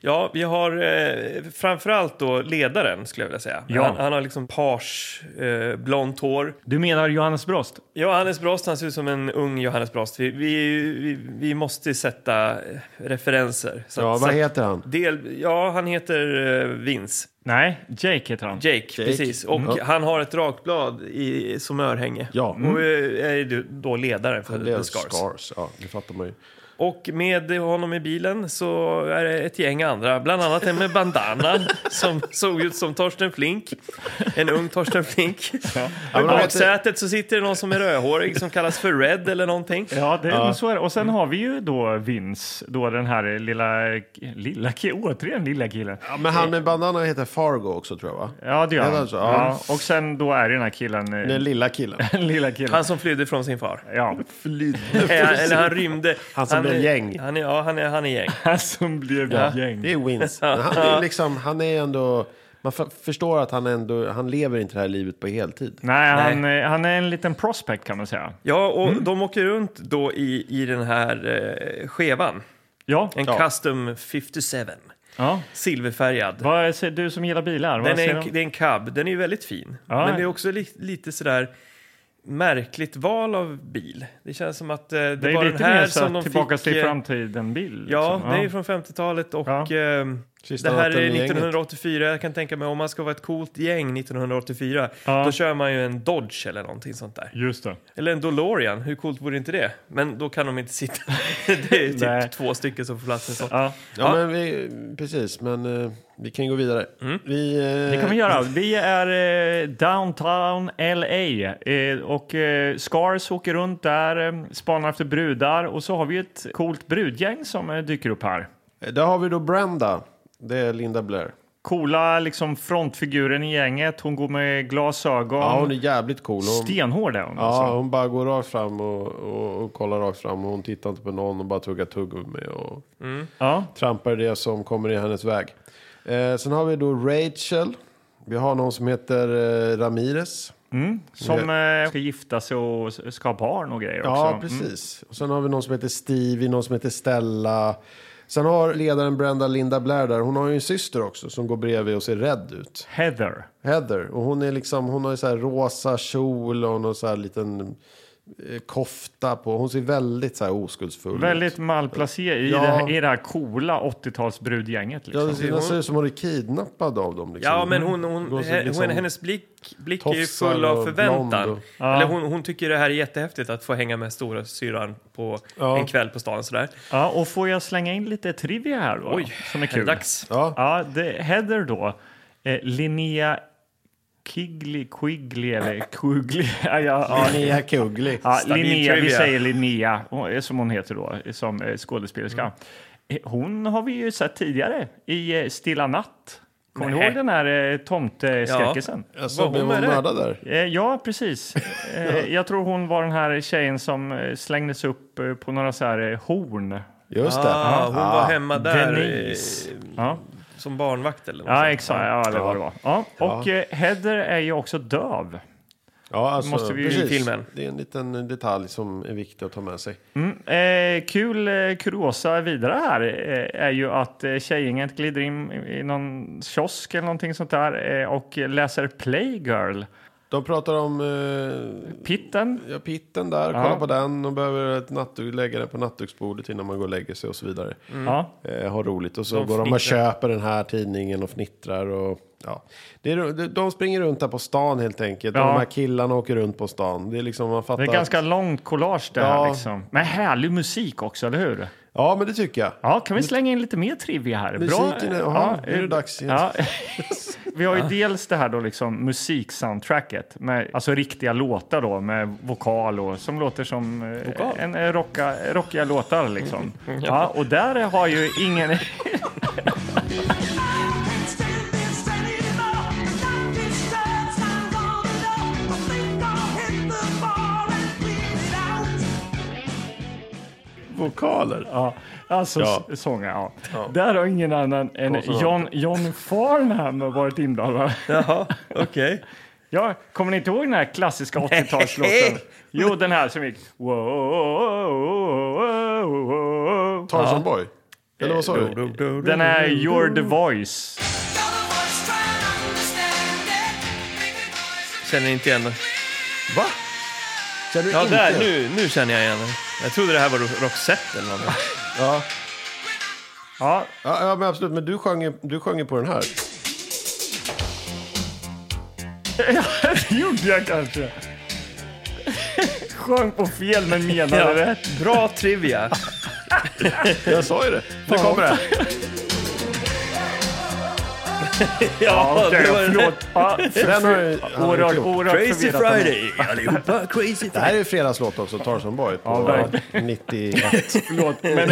S2: Ja, vi har eh, framförallt då ledaren skulle jag vilja säga.
S1: Ja.
S2: Han, han har liksom page, eh, blont hår.
S1: Du menar Johannes Brost?
S2: Johannes Brost, han ser ut som en ung Johannes Brost. Vi, vi, vi, vi måste sätta eh, referenser. Så,
S3: Ja,
S2: så-
S3: vad heter han?
S2: Del, ja, han heter eh, Vince.
S1: Nej, Jake heter han.
S2: Jake, precis. Och
S3: Ja.
S2: han har ett rakblad i, som örhänge.
S3: Mm. Ja.
S2: Och eh, är ju då ledaren för
S3: Det är
S2: The Scars.
S3: Scars, ja, det fattar man ju.
S2: Och med honom i bilen så är det ett gäng andra, bland annat en med bandana som såg ut som Torsten Flink. En ung Torsten Flink. Och I
S3: men de heter-
S2: baksätet så sitter det någon som är rödhårig som kallas för Red eller någonting.
S1: Ja, det, Men så är det. Och sen har vi ju då Vince, då den här lilla, lilla killen, återigen lilla killen.
S3: Ja, men han med bandana heter Fargo också tror jag va?
S1: Ja, det gör
S3: Ja,
S1: han.
S3: alltså, ja.
S1: Ja, och sen då är det den här killen, eh,
S3: Den lilla killen.
S1: den lilla killen.
S2: Han som flydde från sin far.
S1: Ja,
S3: Flydde.
S2: Eh, Eller han rymde.
S3: Han som
S2: är-
S3: blev gäng.
S2: Han är, ja, han är, han är gäng.
S1: han som blev gäng.
S3: Det är Wins. Men Han är, liksom, han är ändå... Man f- förstår att han ändå... Han lever inte det här livet på heltid.
S1: Nej, Han, eh, han är en liten prospect kan man säga.
S2: Ja, och
S3: Mm.
S2: de åker runt då i, i den här eh, skevan.
S1: Ja,
S2: En
S3: Ja.
S2: Custom 57.
S1: ja.
S2: Silverfärgad.
S1: Vad ser du som gillar bilar? Vad
S2: Den är,
S1: ser
S2: en,
S1: du?
S2: det är en cab, den är ju väldigt fin.
S1: Ja.
S2: Men det är också li, lite sådär märkligt val av bil. Det känns som att eh, det,
S1: det är
S2: var
S1: lite
S2: den här
S1: mer
S2: som
S1: så
S2: de
S1: att tillbaka
S2: fick...
S1: till
S2: eh,
S1: framtiden-bil.
S2: Ja,
S1: liksom.
S2: det är ju från 50-talet och
S1: Ja.
S2: ehm,
S3: Sista
S2: det här är
S3: 18-gänget.
S2: 1984. Jag kan tänka mig om man ska vara ett coolt gäng 1984,
S1: Ja.
S2: då kör man ju en Dodge eller någonting sånt där.
S1: Just det.
S2: Eller en DeLorean, hur coolt vore inte det? Men då kan de inte sitta. det är ju
S1: Nej.
S2: typ två stycken som får plats i en sån.
S1: Ja.
S3: Ja, men vi, precis. Men eh, vi kan ju gå vidare. Vi, eh,
S1: Mm. Det kan vi göra. Vi är eh, downtown LA eh, och eh, Scars åker runt där, eh, spanar efter brudar och så har vi ett coolt brudgäng som eh, dyker upp här.
S3: Där har vi då Brenda. Det är Linda Blair.
S1: Coola liksom frontfiguren i gänget. Hon går med glasögon.
S3: Ja, hon är jävligt cool. Hon,
S1: Stenhård är hon.
S3: ja,
S1: alltså.
S3: hon bara går rakt fram och, och, och kollar rakt fram. Och hon tittar inte på någon och bara tuggar tuggummi och
S1: Mm. Ja.
S3: trampar det som kommer i hennes väg. Eh, sen har vi då Rachel. Vi har någon som heter eh, Ramirez.
S1: Som eh, ska gifta sig och s- ska ha barn och grejer också.
S3: Ja,
S1: Mm.
S3: precis. Och sen har vi någon som heter Stevie, någon som heter Stella. Sen har ledaren Brenda Linda Blair där. Hon har ju en syster också som går bredvid och ser rädd ut.
S1: Heather.
S3: Heather. Och hon är liksom, hon har ju så här rosa kjol och någon så här liten eh, kofta på. Hon ser väldigt så här oskuldsfull
S1: Väldigt
S3: ut.
S1: malplacerad i,
S3: Ja.
S1: det här- i det här coola 80-talsbrudgänget.
S3: Ja,
S1: Liksom.
S3: det ser hon ser ut som hon är kidnappad av dem. Liksom.
S2: Ja, men hon, hon,
S3: Går så
S2: he-
S3: liksom-
S2: hon, hennes blick, blick är ju
S3: tofsar
S2: full av
S3: och
S2: förväntan.
S3: blond och-
S2: Eller hon, hon tycker det här är jättehäftigt att få hänga med stora syran på
S3: Ja.
S2: en kväll på stan sådär.
S1: Ja, och får jag slänga in lite trivia här då?
S2: Oj,
S1: som är
S2: är det
S1: kul.
S2: dags?
S3: Ja.
S1: Ja, det, Heather då, eh, Linnea Kiggly, Quiggly eller Kuggly. Ja, ja, ja.
S3: Linnea Kugli.
S1: Ja,
S2: Stabil
S1: Linnea, vi
S2: trivia.
S1: säger Linnea, hon- eh, som hon heter då, eh, som eh, skådespelerska.
S2: Mm.
S1: Eh, Hon har vi ju sett tidigare i eh, Stilla natt. Kommer ni
S2: Nej.
S1: ihåg den här eh, tomteskräckisen?
S3: Alltså,
S2: Vad
S3: blev
S2: hon
S3: hon
S2: är det?
S3: mördad där?
S1: Eh, Ja, precis. Eh, Jag tror hon var den här tjejen som eh, slängdes upp eh, på några så här eh, horn.
S3: Just det.
S2: Ah, hon var hemma där eh,
S1: Denise. Ja.
S2: som barnvakt eller något
S1: Ja,
S2: sånt.
S1: exakt. Alltså, Ja, eller vad det var. Ja. Och eh, Heather är ju också döv.
S3: Ja, alltså,
S1: Måste vi ju
S3: precis.
S2: i filmen.
S3: Det är en liten detalj som är viktig att ta med sig.
S1: Eh, kul eh, kuriosa vidare här eh, är ju att eh, tjejgänget glider in i någon kiosk eller någonting sånt där eh, och läser Playgirl.
S3: De pratar om eh,
S1: Pitten.
S3: ja, pitten där, kolla på den. De behöver ett nattduk, lägga den på nattduksbordet innan man går och lägger sig och så vidare.
S1: Ja.
S3: Eh, ha roligt. Och så
S2: De
S3: går de och
S2: fnittrar.
S3: köper den här tidningen och fnittrar. Och, ja. det är, de- de springer runt där på stan helt enkelt.
S1: Ja.
S3: Och de här killarna åker runt på stan. Det är liksom, man fattar.
S1: Det är ganska långt collage det här
S3: Ja.
S1: liksom. Men härlig musik också, eller hur?
S3: Ja, men det tycker jag.
S1: Ja, kan vi slänga in lite mer trivia här?
S3: Musiken är- jaha, nu är det
S1: eh,
S3: dags igen.
S1: ja. Vi har ju dels det här då liksom musiksoundtracket med alltså riktiga låtar då med vokal och som låter som eh, en eh, rocka, rockiga låtar liksom. Ja, och där har ju ingen
S7: It's ten, it's ten in the morning. It's ten, it's ten, it's ten, it's ten.
S3: vokaler.
S1: Ja, alltså
S3: Ja.
S1: s- sången, ja. Där har ingen annan än John, John Farnham varit inblandad.
S2: Jaha, okej.
S1: Ja, kommer ni inte ihåg den här klassiska 80-talslåten? Jo, den här som gick...
S3: Tarzan Boy? Eller vad
S2: Eh,
S3: sa du?
S1: Den är You're the voice.
S2: Känner inte igen den.
S3: Va? Känner du
S2: Ja,
S3: inte?
S2: där, nu, nu känner jag igen den. Jag trodde det här var Ro- Roxette eller något.
S3: Ja.
S1: Ja,
S3: Ja, ja, men absolut. Men du sjöng, ju- du sjöng ju på den här.
S1: det gjorde jag kanske. Sjöng på fel men menade rätt.
S2: Bra trivia.
S3: Jag sa ju det. Nu kommer det.
S1: Ja, okej,
S2: det var den.
S1: förlåt. Ja,
S3: Den har ju- han har ju
S1: Oerhört,
S3: gjort.
S1: oerhört
S2: Crazy
S1: förvirrat av mig.
S2: Friday, allihopa. Crazy
S3: Det här
S2: Friday.
S3: är ju fredagslåt också, Tarzan Boy. På
S1: Ja, verkligen.
S3: 91.
S1: Förlåt, men jag,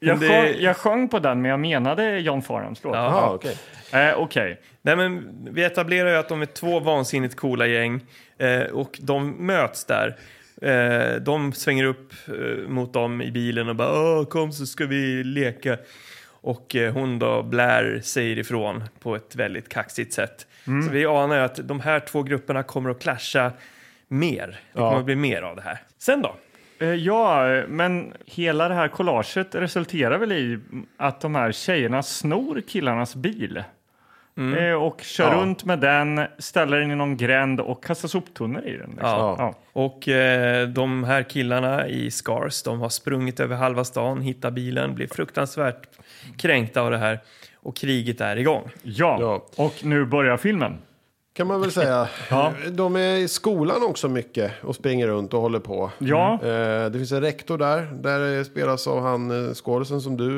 S1: jag,
S2: Det-
S1: sjöng, jag sjöng på den, men jag menade John Farnhams låt.
S2: Ja.
S3: Jaha, okej.
S1: Eh, Okej.
S2: Nej, men vi etablerar ju att de är två vansinnigt coola gäng eh, och de möts där. Eh, de svänger upp eh, mot dem i bilen och bara Åh, kom så ska vi leka. Och eh, hon då, Blair, säger ifrån på ett väldigt kaxigt sätt. Så vi anar ju att de här två grupperna kommer att clasha mer. Det kommer att bli mer av det här. Sen då?
S1: Eh, Ja, men hela det här collaget resulterar väl i att de här tjejerna snor killarnas bil
S2: Mm.
S1: Eh, och kör runt med den, ställer den i någon gränd och kastar soptunnor i den. Liksom.
S2: Ja.
S1: Ja.
S2: Och eh, de här killarna i Scars, de har sprungit över halva stan, hittat bilen, blir fruktansvärt kränkta av det här och kriget är igång.
S1: Ja.
S3: Ja.
S1: och nu börjar filmen.
S3: Kan man väl säga. De är i skolan också mycket och springer runt och håller på.
S1: Ja,
S3: Eh, Det finns en rektor där. Där spelas av han eh, skådisen som du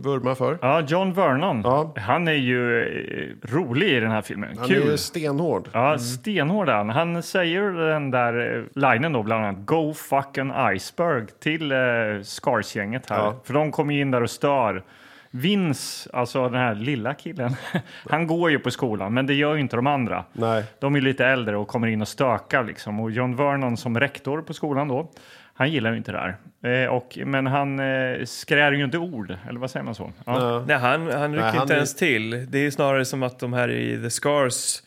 S3: vurmar för.
S1: ja John Vernon.
S3: Ja.
S1: Han är ju eh, rolig i den här filmen.
S3: Han är
S1: Kul.
S3: ju stenhård.
S1: Ja, stenhård är han. Han säger den där eh, linen då, bland annat Go fuck an iceberg till eh, Scars-gänget här.
S3: Ja.
S1: För de kommer ju in där och stör. Vince, alltså den här lilla killen, han går ju på skolan, men det gör ju inte de andra.
S3: Nej.
S1: De är ju lite äldre och kommer in och stökar liksom. Och John Vernon som rektor på skolan då, han gillar ju inte det här. Eh, och, men han eh, skrär ju inte ord, eller vad säger man så? Ja.
S2: Nej, han, han rycker
S3: han
S2: inte
S3: är-
S2: ens till. Det är snarare som att de här i The Scars,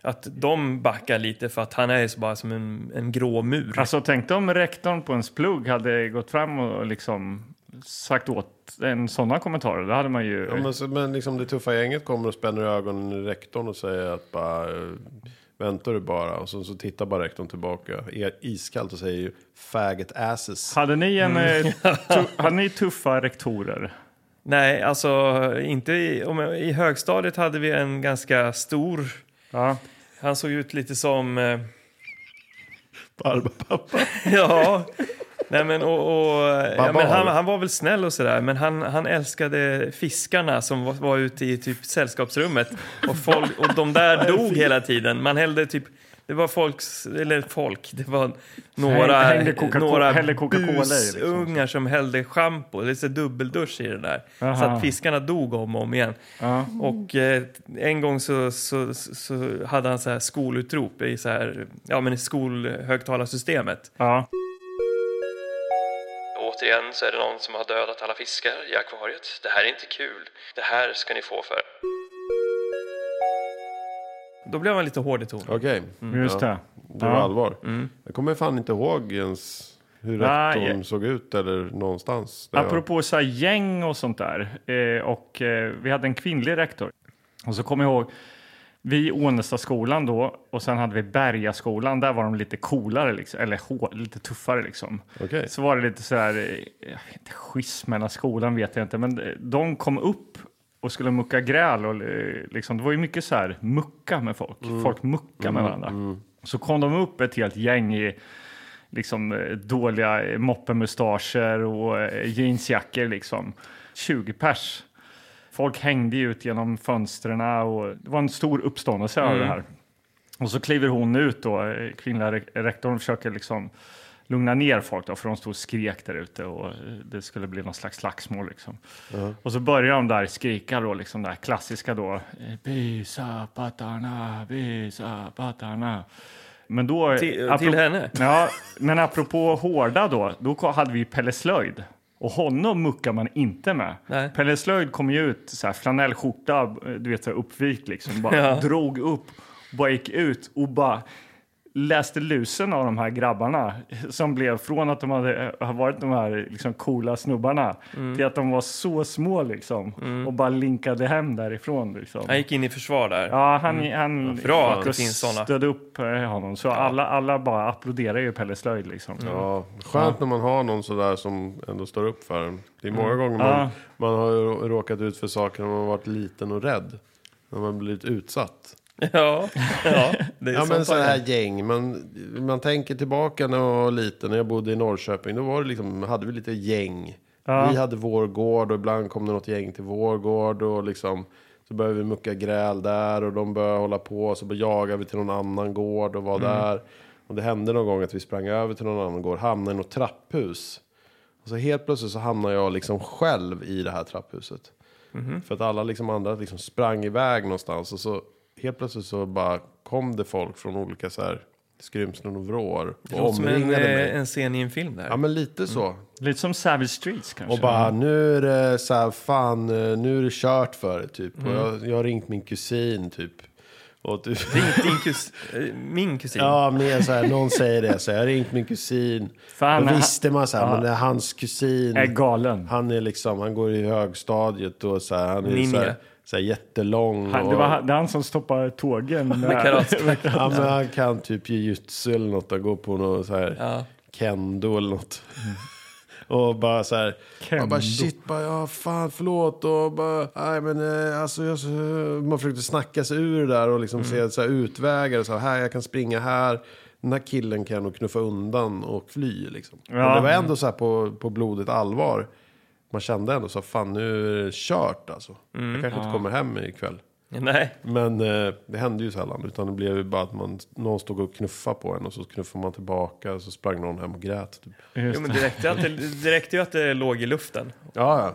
S2: att de backar lite för att han är så bara som en, en grå mur.
S3: Mm.
S1: Alltså tänk om rektorn på ens plugg hade gått fram och liksom sagt åt en sådana kommentarer. Då hade man ju...
S3: Ja, men, så- men liksom det tuffa gänget kommer och spänner ögonen i rektorn och säger att bara eh, väntar du bara och så, så tittar bara rektorn tillbaka är iskallt och säger ju faggot asses.
S1: Hade ni, en,
S3: Mm.
S1: eh, tu, hade ni tuffa rektorer?
S2: Nej, alltså inte i, om, i högstadiet hade vi en ganska stor,
S1: Ja.
S2: han såg ut lite som eh,
S3: Barbapappa.
S2: Ja. Nej, men, och, och, ja,
S3: Barbar.
S2: men han, han var väl snäll och sådär, men han, han älskade fiskarna som var, var ute i typ sällskapsrummet. Och, folk, och de där dog hela tiden. Man hällde typ... Det var folks... Eller folk. Det var några,
S1: Häng- hängde Coca-
S2: några
S1: hällde Coca-Cola i, liksom.
S2: busungar som hällde schampo. Det är så dubbeldusch i det där. Så
S1: Aha.
S2: att fiskarna dog om och om igen.
S1: Ja.
S2: Och eh, en gång så, så, så, så hade han så här skolutrop i, så här, ja, men i skolhögtalarsystemet.
S1: ja.
S2: Återigen så är det någon som har dödat alla fiskar i akvariet. Det här är inte kul. Det här ska ni få för. Då blev man lite hård i tonen.
S3: Okej,
S1: Just det.
S3: det
S1: Mm.
S3: var
S1: Ja. Mm.
S3: allvar. Jag kommer fan inte ihåg ens hur
S1: Nej.
S3: rektorn såg ut eller någonstans. Det var-
S1: Apropå så här gäng och sånt där. Eh, och eh, vi hade en kvinnlig rektor. Och så kommer jag ihåg, vi i Ånestadsskolan då och sen hade vi Bergaskolan. Där var de lite coolare, liksom, eller hår, lite tuffare liksom.
S3: Okej.
S1: Så var det lite så här, eh, inte schismerna, skolan vet jag inte, men eh, de kom upp och skulle mucka gräl och eh, liksom, det var ju mycket så här mucka med folk. Folk mucka med varandra. Så kom de upp ett helt gäng i liksom eh, dåliga eh, moppemustascher och eh, jeansjackor liksom. 20 pers. Folk hängde ju ut genom fönstren och det var en stor uppståndelse över det här. Och så kliver hon ut då, eh, kvinnliga re- rektorn försöker liksom lugna ner folk då, för de stod och skrek där ute och eh, det skulle bli någon slags slagsmål liksom. Och så börjar de där skrika då, liksom det här klassiska då. eh, Visa pattarna, visa pattarna. Men då...
S2: Till-
S1: apro-
S2: till henne?
S1: Ja, men apropå hårda då, då ko- hade vi Pelle Slöjd. Och honom muckar man inte med.
S2: Nej.
S1: Pelle Slöjd kom ju ut så här flanellskjorta, du vet så här uppvikt liksom. Bara
S2: Ja.
S1: drog upp, bara gick ut och bara läste lusen av de här grabbarna som blev från att de hade eh, har varit de här liksom coola snubbarna
S2: Mm.
S1: till att de var så små liksom och bara linkade hem därifrån liksom.
S2: Han gick in i försvar där.
S1: Ja, han, han
S2: Mm. bra att
S1: och
S2: det finns såna.
S1: stödde upp eh, honom. Så alla, alla bara applåderar ju Pelle Slöjd. Liksom.
S3: Ja, skönt när man har någon sådär som ändå står upp för en. Det är många gånger man,
S1: Mm. Ja.
S3: man har ju råkat ut för saker när man har varit liten och rädd. När man blivit utsatt.
S2: Ja, ja, det är
S3: Ja men
S2: sånt
S3: sådana
S2: här.
S3: här gäng. Man, man tänker tillbaka när jag var liten, när jag bodde i Norrköping. Då var det liksom, hade vi lite gäng. Vi hade vår gård och ibland kom det något gäng till vår gård. Och liksom, så började vi mucka gräl där och de började hålla på. Och så bara jagade vi till någon annan gård och var
S2: Mm.
S3: där. Och det hände någon gång att vi sprang över till någon annan gård, hamnade i något trapphus. Och så helt plötsligt så hamnade jag liksom själv i det här trapphuset.
S2: Mhm.
S3: För att alla liksom andra liksom sprang iväg någonstans. Och så helt plötsligt så bara kom det folk från olika så här skrymslen och vrår.
S2: Det
S3: Och
S2: låter som en,
S3: omringade mig.
S2: eh, Mm. en scen i en film där.
S3: Ja men lite så.
S1: Lite som Savage Streets kanske.
S3: Och bara nu är det så här fan eh, nu är det kört för det typ.
S2: Mm.
S3: Och jag, jag har ringt min kusin typ. Och typ.
S2: Din kus, eh, min kusin.
S3: Ja, men så här, någon säger det. Så här, jag har ringt min kusin.
S1: Fan,
S3: Då
S1: han-
S3: visste man så här, men det är hans kusin.
S1: Är galen.
S3: Han är liksom, han går i högstadiet och så här, han är
S2: Ninja.
S3: så här, så här jättelång.
S1: Han,
S3: och,
S1: det var han- det är han som stoppar tågen. med-
S2: karate.
S1: med karate.
S3: ja, men han kan typ jujutsu eller något, han går på något så här
S2: Ja.
S3: kendo eller något. Och bara så här, jag bara shit, bara, ja, fan förlåt och bara, nej men eh, alltså, jag, så- man försökte snacka sig ur det där och liksom se så här, utvägar och så här, här, jag kan springa här, den här killen kan jag nog knuffa undan och fly liksom. Men
S1: Ja.
S3: det var ändå så här på, på blodigt allvar. Man kände ändå så här, fan nu är det kört alltså. Jag kanske inte kommer hem ikväll.
S2: Nej,
S3: Men eh, det hände ju sällan. Utan det blev ju bara att man, någon stod och knuffade på en och så knuffade man tillbaka och så sprang någon hem och grät. Typ.
S1: Mm.
S2: jo, men det räckte ju att, det- det räckte ju att det låg i luften.
S3: Ja, ja.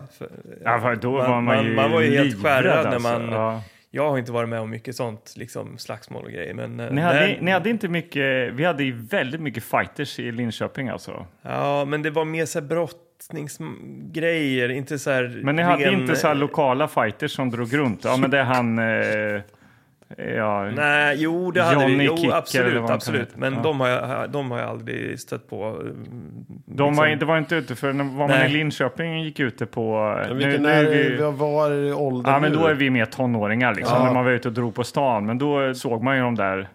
S1: Ja, för då var man,
S2: Man- man-
S1: ju
S2: man var ju helt
S1: livrädd,
S2: skärrad när
S1: alltså.
S2: man-
S1: Ja.
S2: Jag har inte varit med om mycket sånt, liksom slagsmål och grejer. Men, eh,
S1: Ni, hade,
S2: när-
S1: ni hade inte mycket, vi hade ju väldigt mycket fighters i Linköping alltså.
S2: Ja, men det var mer så här brottningsgrejer, inte så här...
S1: Men ni hade
S2: ren-
S1: inte så här lokala fighters som drog runt? Ja, men det är han... Eh, ja,
S2: Nej, jo, det hade
S1: Johnny
S2: vi. Jo,
S1: Kick eller vad
S2: absolut,
S1: man
S2: absolut.
S1: kan
S2: Men
S1: heta.
S2: de, har jag, de har jag aldrig stött på.
S1: de var, det var inte ute för när- var man
S2: liksom- Nej.
S1: i Linköping gick ute på... eh,
S3: Men
S1: Nu,
S3: vilken
S1: nu
S3: är,
S1: är
S3: vi...
S1: vi,
S3: vad var det i ålder
S1: ja, men
S3: nu?
S1: då är vi mer tonåringar liksom,
S3: Ja.
S1: när man var ute och drog på stan. Men då såg man ju de där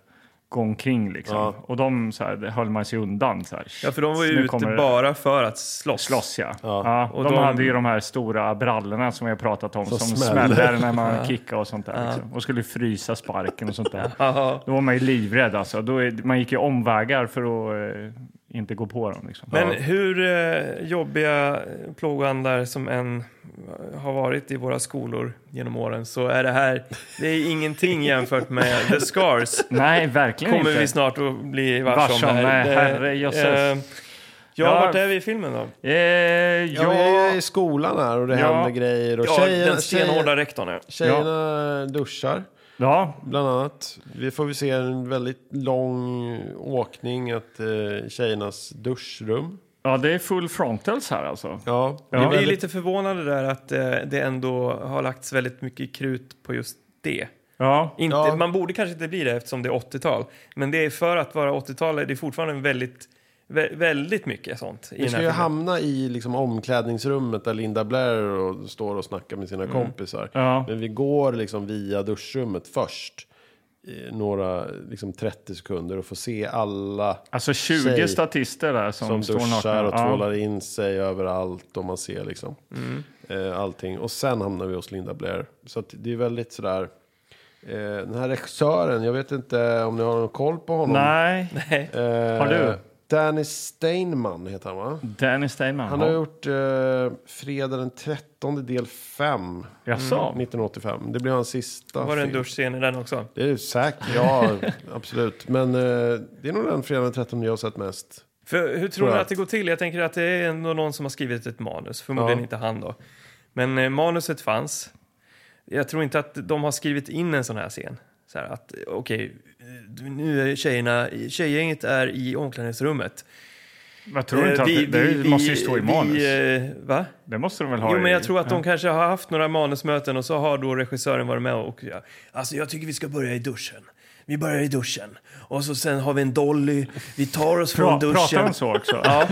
S1: gå omkring liksom.
S3: Ja.
S1: Och de så här, det höll man sig undan. Så här.
S2: Ja, för de var ju
S1: Nu
S2: ute
S1: kommer det-
S2: bara för att slåss.
S1: Slåss ja. ja.
S2: Och
S1: de,
S2: de-
S1: hade ju de här stora brallorna som vi har pratat om som,
S3: smäller.
S1: smäller. när man kickar och sånt där. Liksom. Och skulle frysa sparken och sånt där.
S2: Ja.
S1: Då var man ju livrädd alltså. Då är, man gick ju omvägar för att eh, inte gå på dem. Liksom.
S2: Men hur eh, jobbiga plågoandar som än har varit i våra skolor genom åren så är det här, det är ingenting jämfört med The Scars.
S1: Nej, verkligen
S2: Kommer
S1: inte.
S2: vi snart att bli
S1: Varse
S2: varse
S1: om,
S2: om här.
S1: nej,
S2: Det-
S1: herrejösses.
S2: eh, Ja,
S1: Ja.
S2: vart är vi i filmen då?
S1: Eh,
S3: Ja,
S1: ja,
S3: men jag är i skolan här och det
S1: Ja.
S3: händer grejer. Och
S2: Ja,
S3: tjejerna,
S2: den stenhårda
S3: tjejer,
S2: rektorn. ja.
S3: tjejerna duschar,
S1: ja,
S3: bland annat. Vi får vi se en väldigt lång åkning att eh, tjejernas duschrum.
S1: ja, det är full frontals här alltså.
S3: Ja,
S1: Ja.
S2: Vi blir
S1: väldigt-
S2: lite förvånade där att eh, det ändå har lagts väldigt mycket krut på just det.
S1: Ja,
S2: Inte,
S3: Ja.
S2: Man borde kanske inte bli det eftersom det är 80-tal. Men det är för att vara 80-tal är det fortfarande väldigt, vä- väldigt mycket sånt. I
S3: Vi
S2: den här
S3: ska ju
S2: filmen.
S3: hamna i liksom omklädningsrummet där Linda Blair och, står och snackar med sina kompisar.
S1: Mm. Ja.
S3: Men vi går liksom via duschrummet först. i Några liksom 30 sekunder och får se alla
S1: alltså 20
S3: Tjej
S1: statister där som,
S3: som
S1: står
S3: duschar
S1: nakna.
S3: och
S1: Ja.
S3: tvålar in sig överallt. Och man ser liksom
S1: Mm.
S3: eh, allting. Och sen hamnar vi hos Linda Blair. Så att det är väldigt sådär. Eh, den här regissören, jag vet inte om ni har någon koll på honom.
S1: Nej,
S2: Nej.
S3: Eh,
S1: Har du?
S3: Danny Steinman heter han va?
S1: Danny Steinman.
S3: Han har gjort eh, Fredag den 13 del 5,
S1: Jaså?
S3: Mm. 1985. Det blev hans sista
S2: Var det en
S3: film.
S2: duschscen i den också?
S3: Det är det säkert, ja absolut. Men eh, det är nog den Fredag den 13 jag har sett mest.
S2: För hur tror
S3: jag.
S2: ni att det går till? Jag tänker att det är ändå någon som har skrivit ett manus. Förmodligen
S3: Ja.
S2: inte han då. Men eh, manuset fanns. Jag tror inte att de har skrivit in en sån här scen. Så här att okej, eh, nu är tjejerna, tjejgänget är i omklädningsrummet.
S1: Jag tror inte
S2: Eh,
S1: att
S2: vi-
S1: det, det
S2: vi-
S1: måste ju
S2: vi-
S1: stå i
S2: vi,
S1: manus.
S2: eh, va?
S1: Det måste de väl ha
S2: Jo,
S1: i,
S2: men jag tror att de kanske har haft några manusmöten och så har då regissören varit med och... Ja, alltså, jag tycker vi ska börja i duschen. Vi börjar i duschen. Och så sen har vi en dolly. Vi tar oss
S1: Pra,
S2: från duschen.
S1: Pratar de så också?
S2: Ja,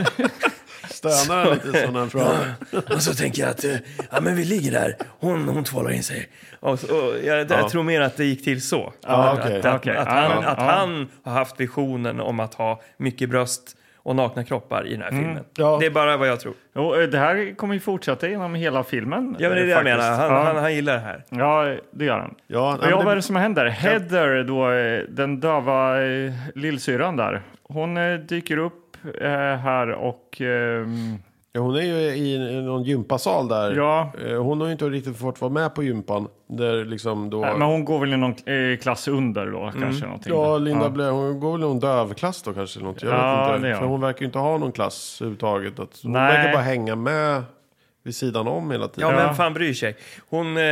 S3: Stönar han lite sådana frågor?
S2: och så tänker jag att eh, ja, men vi ligger där. Hon, hon tvålar in sig. Och, så- och, jag, jag tror mer att det gick till så.
S3: Ja,
S2: att,
S3: okej.
S2: att,
S1: Okej,
S2: att,
S1: ja,
S2: han,
S1: ja,
S2: att
S1: ja.
S2: han har haft visionen om att ha mycket bröst och nakna kroppar i den här filmen.
S3: Ja.
S2: Det är bara vad jag tror.
S1: Jo, eh, det här kommer ju fortsätta genom hela filmen.
S2: Ja, men det är det
S1: eh,
S2: jag menar.
S1: faktiskt.
S2: Han,
S1: ja.
S2: han, han gillar det här.
S1: ja, det gör han.
S3: Ja,
S1: Och
S3: nej,
S1: ja,
S3: men
S1: vad är
S3: det,
S1: det som händer? Heather, då, eh, den döva eh, lillsyrran där, hon eh, dyker upp eh, här och... ehm,
S3: ja, hon är ju i i någon gympasal där.
S1: Ja.
S3: Eh, Hon har ju inte riktigt fått vara med på gympan. Där liksom då...
S1: Nej, Men hon går väl i någon eh, klass under då, kanske någonting.
S3: Mm. Ja, Linda Blair, hon går väl i någon dövklass då kanske? eller Något. Jag
S1: Ja,
S3: vet
S1: det
S3: inte.
S1: gör
S3: För
S1: hon.
S3: hon verkar ju inte ha någon klass överhuvudtaget. Att hon
S1: Nej.
S3: verkar bara hänga med vid sidan om hela tiden.
S2: Ja, vem fan bryr sig? Hon, eh,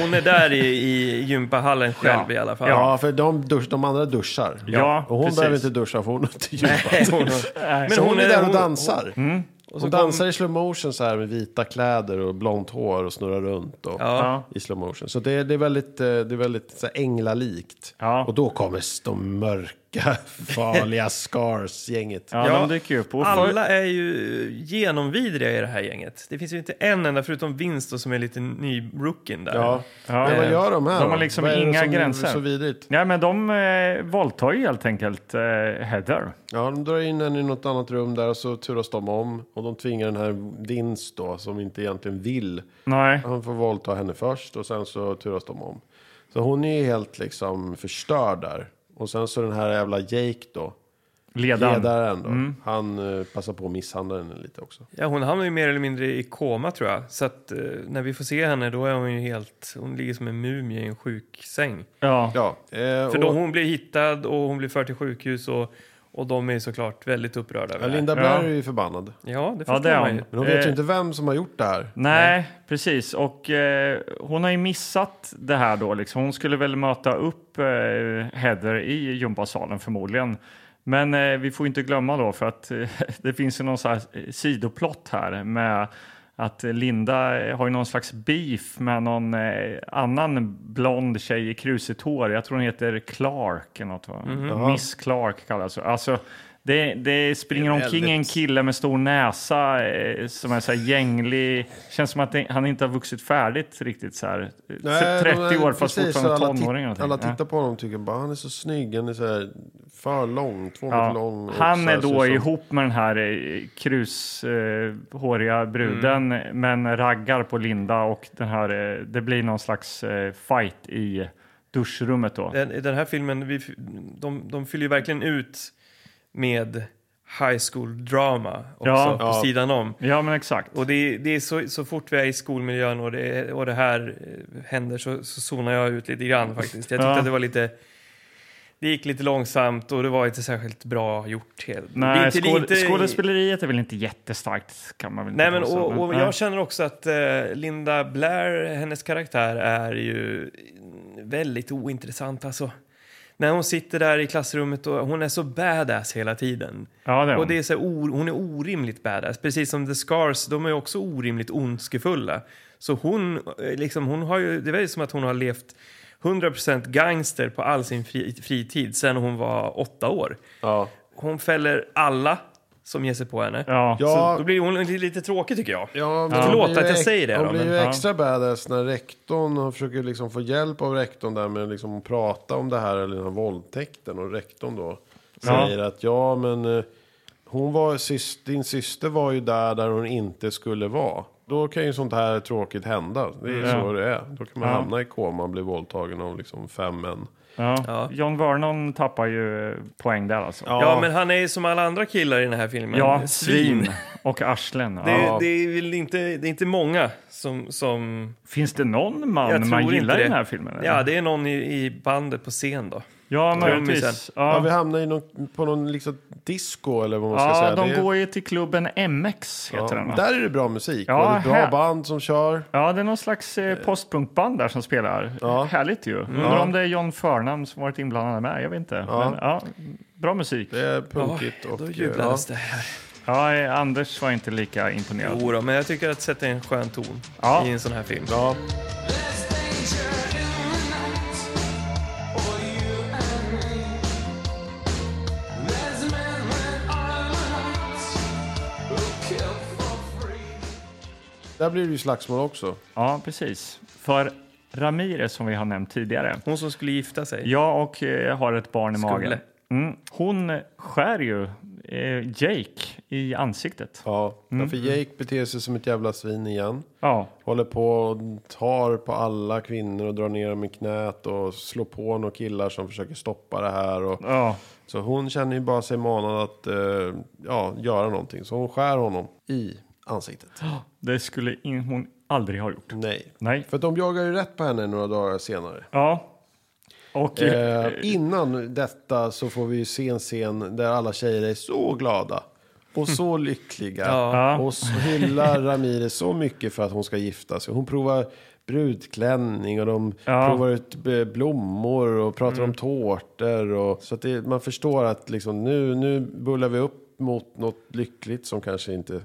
S2: hon är där i, i gympahallen själv i alla fall.
S3: Ja, för de, dusch, de andra duschar.
S1: Ja,
S3: och hon
S1: precis.
S3: behöver inte duscha för hon har inte gympat.
S2: Nej, hon,
S3: Men hon, är där och dansar.
S2: och så
S3: Hon dansar i slow motion så här med vita kläder och blont hår och snurrar runt. Och,
S2: Ja.
S1: Ja.
S3: I slow motion. Så det, det är väldigt, eh, det är väldigt så här, änglalikt.
S1: Ja.
S3: Och då kommer s- de mörka, farliga Scars-gänget.
S1: Ja,
S2: Ja.
S1: de dyker ju upp. Och för,
S2: Alla är ju genomvidriga i det här gänget. Det finns ju inte en enda, förutom Vinst då, som är lite ny rookien där.
S3: Ja.
S1: Ja.
S3: Men vad gör de här
S1: De har
S3: då?
S1: liksom
S3: Vad är det
S1: inga
S3: som är
S1: gränser.
S3: så vidrigt?
S1: nej, men de eh, våldtar ju helt enkelt eh, Heather.
S3: Ja, de drar in henne i något annat rum där och så turas de om. Och de tvingar den här Dins då, som inte egentligen vill.
S1: Nej.
S3: Han får våldta henne först och sen så turas de om. Så hon är ju helt liksom förstörd där. Och sen så den här jävla Jake då,
S1: Ledaren.
S3: ledaren då.
S1: Mm.
S3: Han eh, passar på att misshandla henne lite också.
S2: Ja, hon hamnar ju mer eller mindre i koma tror jag. Så att eh, när vi får se henne då är hon ju helt, hon ligger som en mumie i en sjuksäng.
S1: Ja.
S3: Ja, eh,
S2: För då
S3: och,
S2: hon blir hittad och hon blir förd till sjukhus och, och de är såklart väldigt upprörda
S3: ja,
S2: över det. här.
S3: Linda Blair
S1: Ja.
S3: är ju förbannad.
S2: Ja, det
S1: Ja,
S2: förstår
S1: det är
S2: man ju.
S1: hon.
S3: Men hon vet
S1: Eh,
S3: ju inte vem som har gjort det här.
S1: Nej, precis. Och eh, hon har ju missat det här då. Liksom. Hon skulle väl möta upp eh, Heather i gympasalen förmodligen. Men eh, vi får inte glömma då för att eh, det finns ju någon så här eh, sidoplott här med att Linda eh, har ju någon slags beef med någon eh, annan blond tjej i krusigt hår. Jag tror hon heter Clark eller något. va? Miss Clark kallas hon. Alltså, det, det springer omkring en kille med stor näsa eh, som är så här gänglig. Känns som att det, han inte har vuxit färdigt riktigt så här.
S3: Nej,
S1: Nej, 30
S3: de är-
S1: år fast
S3: precis,
S1: fortfarande
S3: alla tit-
S1: tonåring. eller någonting.
S3: Alla
S1: Ja.
S3: tittar på honom och tycker bara han är så snygg, han är så här för lång, två meter lång.
S1: Ja.
S3: och så
S1: Han
S3: här
S1: är
S3: ser ut
S1: då
S3: som-
S1: ihop med den här eh, krushåriga bruden
S3: Mm.
S1: men raggar på Linda och den här, eh, det blir någon slags eh, fight i duschrummet
S3: Eh.
S1: då.
S2: Den, den här filmen, vi, de, de fyller ju verkligen ut med high school drama också
S1: Ja.
S2: på
S3: Ja.
S2: sidan om.
S1: Ja men exakt.
S2: Och det, är- det är så, så fort vi är i skolmiljön och det, och det här eh, händer så, så zonar jag ut lite grann faktiskt. Jag tyckte
S1: Ja.
S2: att det var lite... Det gick lite långsamt och det var inte särskilt bra gjort. helt-
S1: Nej,
S2: inte-
S1: skåd-
S2: inte-
S1: skådespeleriet är väl inte jättestarkt kan man väl
S2: Nej,
S1: inte
S2: men
S1: påstå,
S2: och, och
S1: men-
S2: jag känner också att eh, Linda Blair, hennes karaktär är ju väldigt ointressant alltså. När hon sitter där i klassrummet och hon är så badass hela tiden.
S1: Ja, det är
S2: och
S1: hon.
S2: det är så här, or, hon är orimligt badass, precis som The Scars, de är ju också orimligt ondskefulla. Så hon, eh, liksom, hon har ju, det är väl som att hon har levt 100% gangster på all sin fri, fritid sedan hon var åtta år.
S3: Ja.
S2: Hon fäller alla som ger sig på henne.
S1: Ja.
S3: Ja,
S2: Så då blir hon lite tråkig tycker jag.
S3: ja, men
S2: Ja.
S3: hon
S2: Förlåt
S3: blir ju
S2: att jag
S3: ex-
S2: säger det
S3: Hon
S2: då,
S3: blir
S2: men-
S3: ju
S1: Ja.
S3: extra badass när rektorn hon försöker liksom få hjälp av rektorn där med att liksom prata om det här eller den här våldtäkten. Och rektorn då
S1: Ja.
S3: säger att ja men eh, hon var, sys- din syster var ju där där hon inte skulle vara. Då kan ju sånt här tråkigt hända. Det är
S1: Ja.
S3: så det är. Då kan man
S1: Ja.
S3: hamna i koma och bli våldtagen av liksom fem män.
S1: Ja.
S2: Ja.
S1: John Vernon tappar ju eh, poäng där alltså.
S2: Ja, men han är ju som alla andra killar i den här filmen.
S1: Ja, svin och arslen.
S2: Det,
S1: Ja.
S2: är- det, är väl inte, det är inte många som... som
S1: Finns det någon
S2: jag
S1: man
S2: tror
S1: man
S2: inte
S1: gillar i
S2: det.
S1: den här filmen? eller?
S2: Ja, det är någon i, i bandet på scen då.
S1: ja
S2: Trummisen.
S1: möjligtvis.
S3: Ja,
S1: Ja.
S3: vi hamnar i någon, på någon liksom disco eller vad man ska
S1: Ja,
S3: säga.
S1: de
S3: Det är-
S1: går ju till klubben MX heter den va?
S3: Där är det bra musik.
S1: Ja,
S3: och det är bra
S1: här.
S3: band som kör.
S1: Ja, det är någon slags eh, postpunkband där som spelar. Härligt
S3: Mm.
S1: ju. Undrar om det är John Förnam som varit inblandad med, jag vet inte. Men, ja, bra musik.
S3: Det är punkigt.
S2: Oj,
S3: och,
S2: då
S3: eh,
S2: jublades det här.
S1: Ja, eh, Anders var inte lika
S3: Oh.
S1: imponerad.
S2: Jo då, men jag tycker att sätta en skön ton
S1: Ja.
S2: i en sån här film.
S3: Ja, där blir det ju slagsmål också.
S1: Ja, precis. För Ramirez, som vi har nämnt tidigare,
S2: Hon som skulle gifta sig.
S1: jag och eh, har ett barn i
S2: Skulle.
S1: magen. Mm. Hon skär ju eh, Jake i ansiktet.
S3: Ja, för Jake beter sig som ett jävla svin igen.
S1: Ja,
S3: Håller på och tar på alla kvinnor och drar ner dem i knät och slår på några killar som försöker stoppa det här. Och,
S1: ja.
S3: Så hon känner ju bara sig manad att eh, ja, göra någonting. Så hon skär honom i ansiktet.
S1: det skulle in, hon aldrig ha gjort.
S3: Nej.
S1: Nej.
S3: För att de jagar ju rätt på henne några dagar senare.
S1: Ja. Och...
S3: Eh, innan detta så får vi ju se en scen där alla tjejer är så glada och så lyckliga
S2: Ja.
S3: och så hyllar Ramirez så mycket för att hon ska gifta sig. Hon provar brudklänning och de
S1: Ja.
S3: provar ut b- blommor och pratar
S2: Mm.
S3: om tårtor. Och, så att det, man förstår att liksom, nu, nu bullar vi upp mot något lyckligt som kanske inte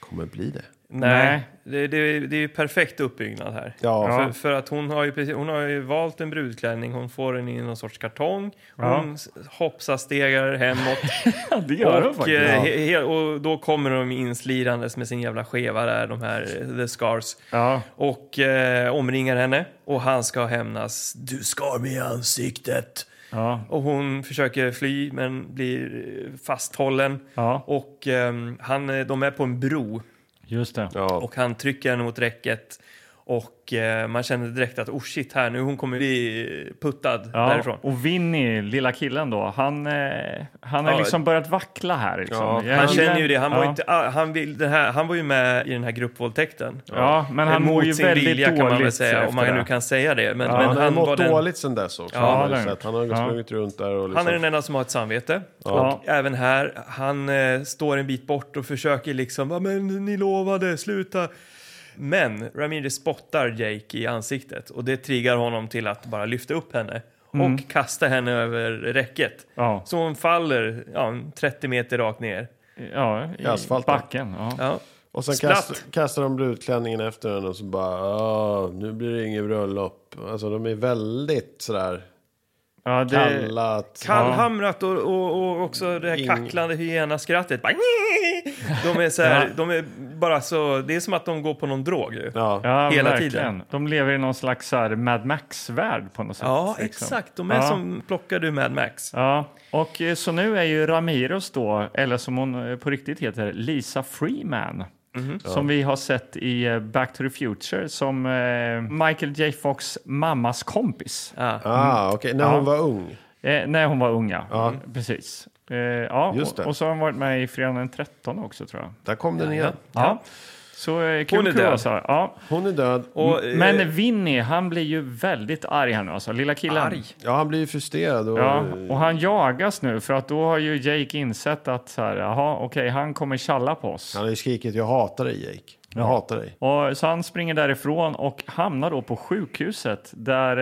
S3: kommer bli det.
S2: Nej, det, det, det är ju perfekt uppbyggnad här.
S3: Ja.
S2: För, för att hon har, ju precis, hon har ju valt en brudklänning, hon får den i någon sorts kartong,
S1: Ja.
S2: hon s- hoppsastegar hemåt
S1: Ja, det gör hon
S2: och,
S1: faktiskt.
S2: eh, he, he, och då kommer de inslirandes med sin jävla skeva där, de här eh, The Scars,
S1: Ja.
S2: och eh, omringar henne och han ska hämnas. Du skar mig i ansiktet!
S1: Ja.
S2: Och hon försöker fly men blir eh, fasthållen
S1: Ja.
S2: och ehm, han, eh, de är på en bro
S1: Just det.
S3: Ja.
S2: och han trycker henne mot räcket och eh, man känner direkt att oh shit här nu hon kommer bli puttad
S1: Ja,
S2: därifrån.
S1: Och Vinny, lilla killen då, han, eh, han har
S2: Ja.
S1: liksom börjat vackla här. Liksom.
S3: Ja,
S1: Jag
S2: Han
S1: gillar-
S2: känner ju det, han, var
S1: ja.
S2: ju inte, ah, han, vill, det här, han var ju med i den här gruppvåldtäkten. Eh,
S1: Ja, men han
S2: Mot
S1: mår ju
S2: sin
S1: väldigt
S2: vilja,
S1: dåligt
S2: kan man väl säga,
S1: efter
S2: om man
S1: det.
S2: nu kan säga det. Men,
S3: Men
S2: men
S3: han har
S2: han,
S3: mått
S2: var den,
S3: dåligt sen dess också.
S2: Ja,
S3: har man
S1: det har
S3: ju
S1: han
S3: sett. han har
S1: gjort.
S3: sprungit runt där och liksom...
S2: han är den enda som har ett samvete.
S1: Ja.
S2: Även här, han eh, står en bit bort och försöker liksom, "Ja, men ni lovade, sluta. Men Ramirez spottar Jake i ansiktet och det triggar honom till att bara lyfta upp henne och kasta henne över räcket.
S1: Ja.
S2: Så hon faller ja, en 30 meter rakt ner.
S1: Ja, i
S3: asfalten.
S1: backen. Ja.
S2: Ja.
S3: Och sen
S2: Splatt.
S3: kastar, kastar de brudklänningen efter henne och så bara "Ah, nu blir det inget bröllop. Alltså de är väldigt sådär
S1: Ja, det,
S3: kallat.
S2: Kallhamrat och, och, och också det här
S3: Ing-
S2: kacklande hyenaskrattet. Bara, "Nyi!" De är så här, de är bara så, det är som att de går på någon drog ju.
S3: Ja.
S1: ja,
S2: hela
S1: verkligen.
S2: tiden.
S1: De lever i någon slags så här Mad Max-värld på något sätt.
S2: Ja,
S1: liksom.
S2: exakt. De är
S1: Ja.
S2: som plockar du Mad Max.
S1: Ja, och eh, så nu är ju Ramirez då, eller som hon eh, på riktigt heter, Lisa Freeman.
S2: Mhm.
S1: Som vi har sett i eh, Back to the Future som eh, Michael J Fox mammas kompis.
S3: Ah, okej. När hon var ung.
S1: Eh, när hon var unga. Mm, Precis. Eh, ja,
S3: Just
S1: och,
S3: det.
S1: och så har hon varit med i Fredagen den 13 också tror jag.
S3: Där kom den igen.
S1: Ja. Så eh, kul
S2: Hon är död.
S1: kuriosa. Ja.
S3: Hon är död.
S2: Och, eh,
S1: Men Vinny, han blir ju väldigt arg här nu alltså. Lilla killen.
S2: Arg?
S3: Ja, han blir ju frustrerad. Och,
S1: Ja, och han jagas nu för att då har ju Jake insett att så här, jaha, okej, han kommer tjalla på oss.
S3: Han har ju skrikit jag hatar dig Jake. Jag hatar dig.
S1: Och, så han springer därifrån och hamnar då på sjukhuset där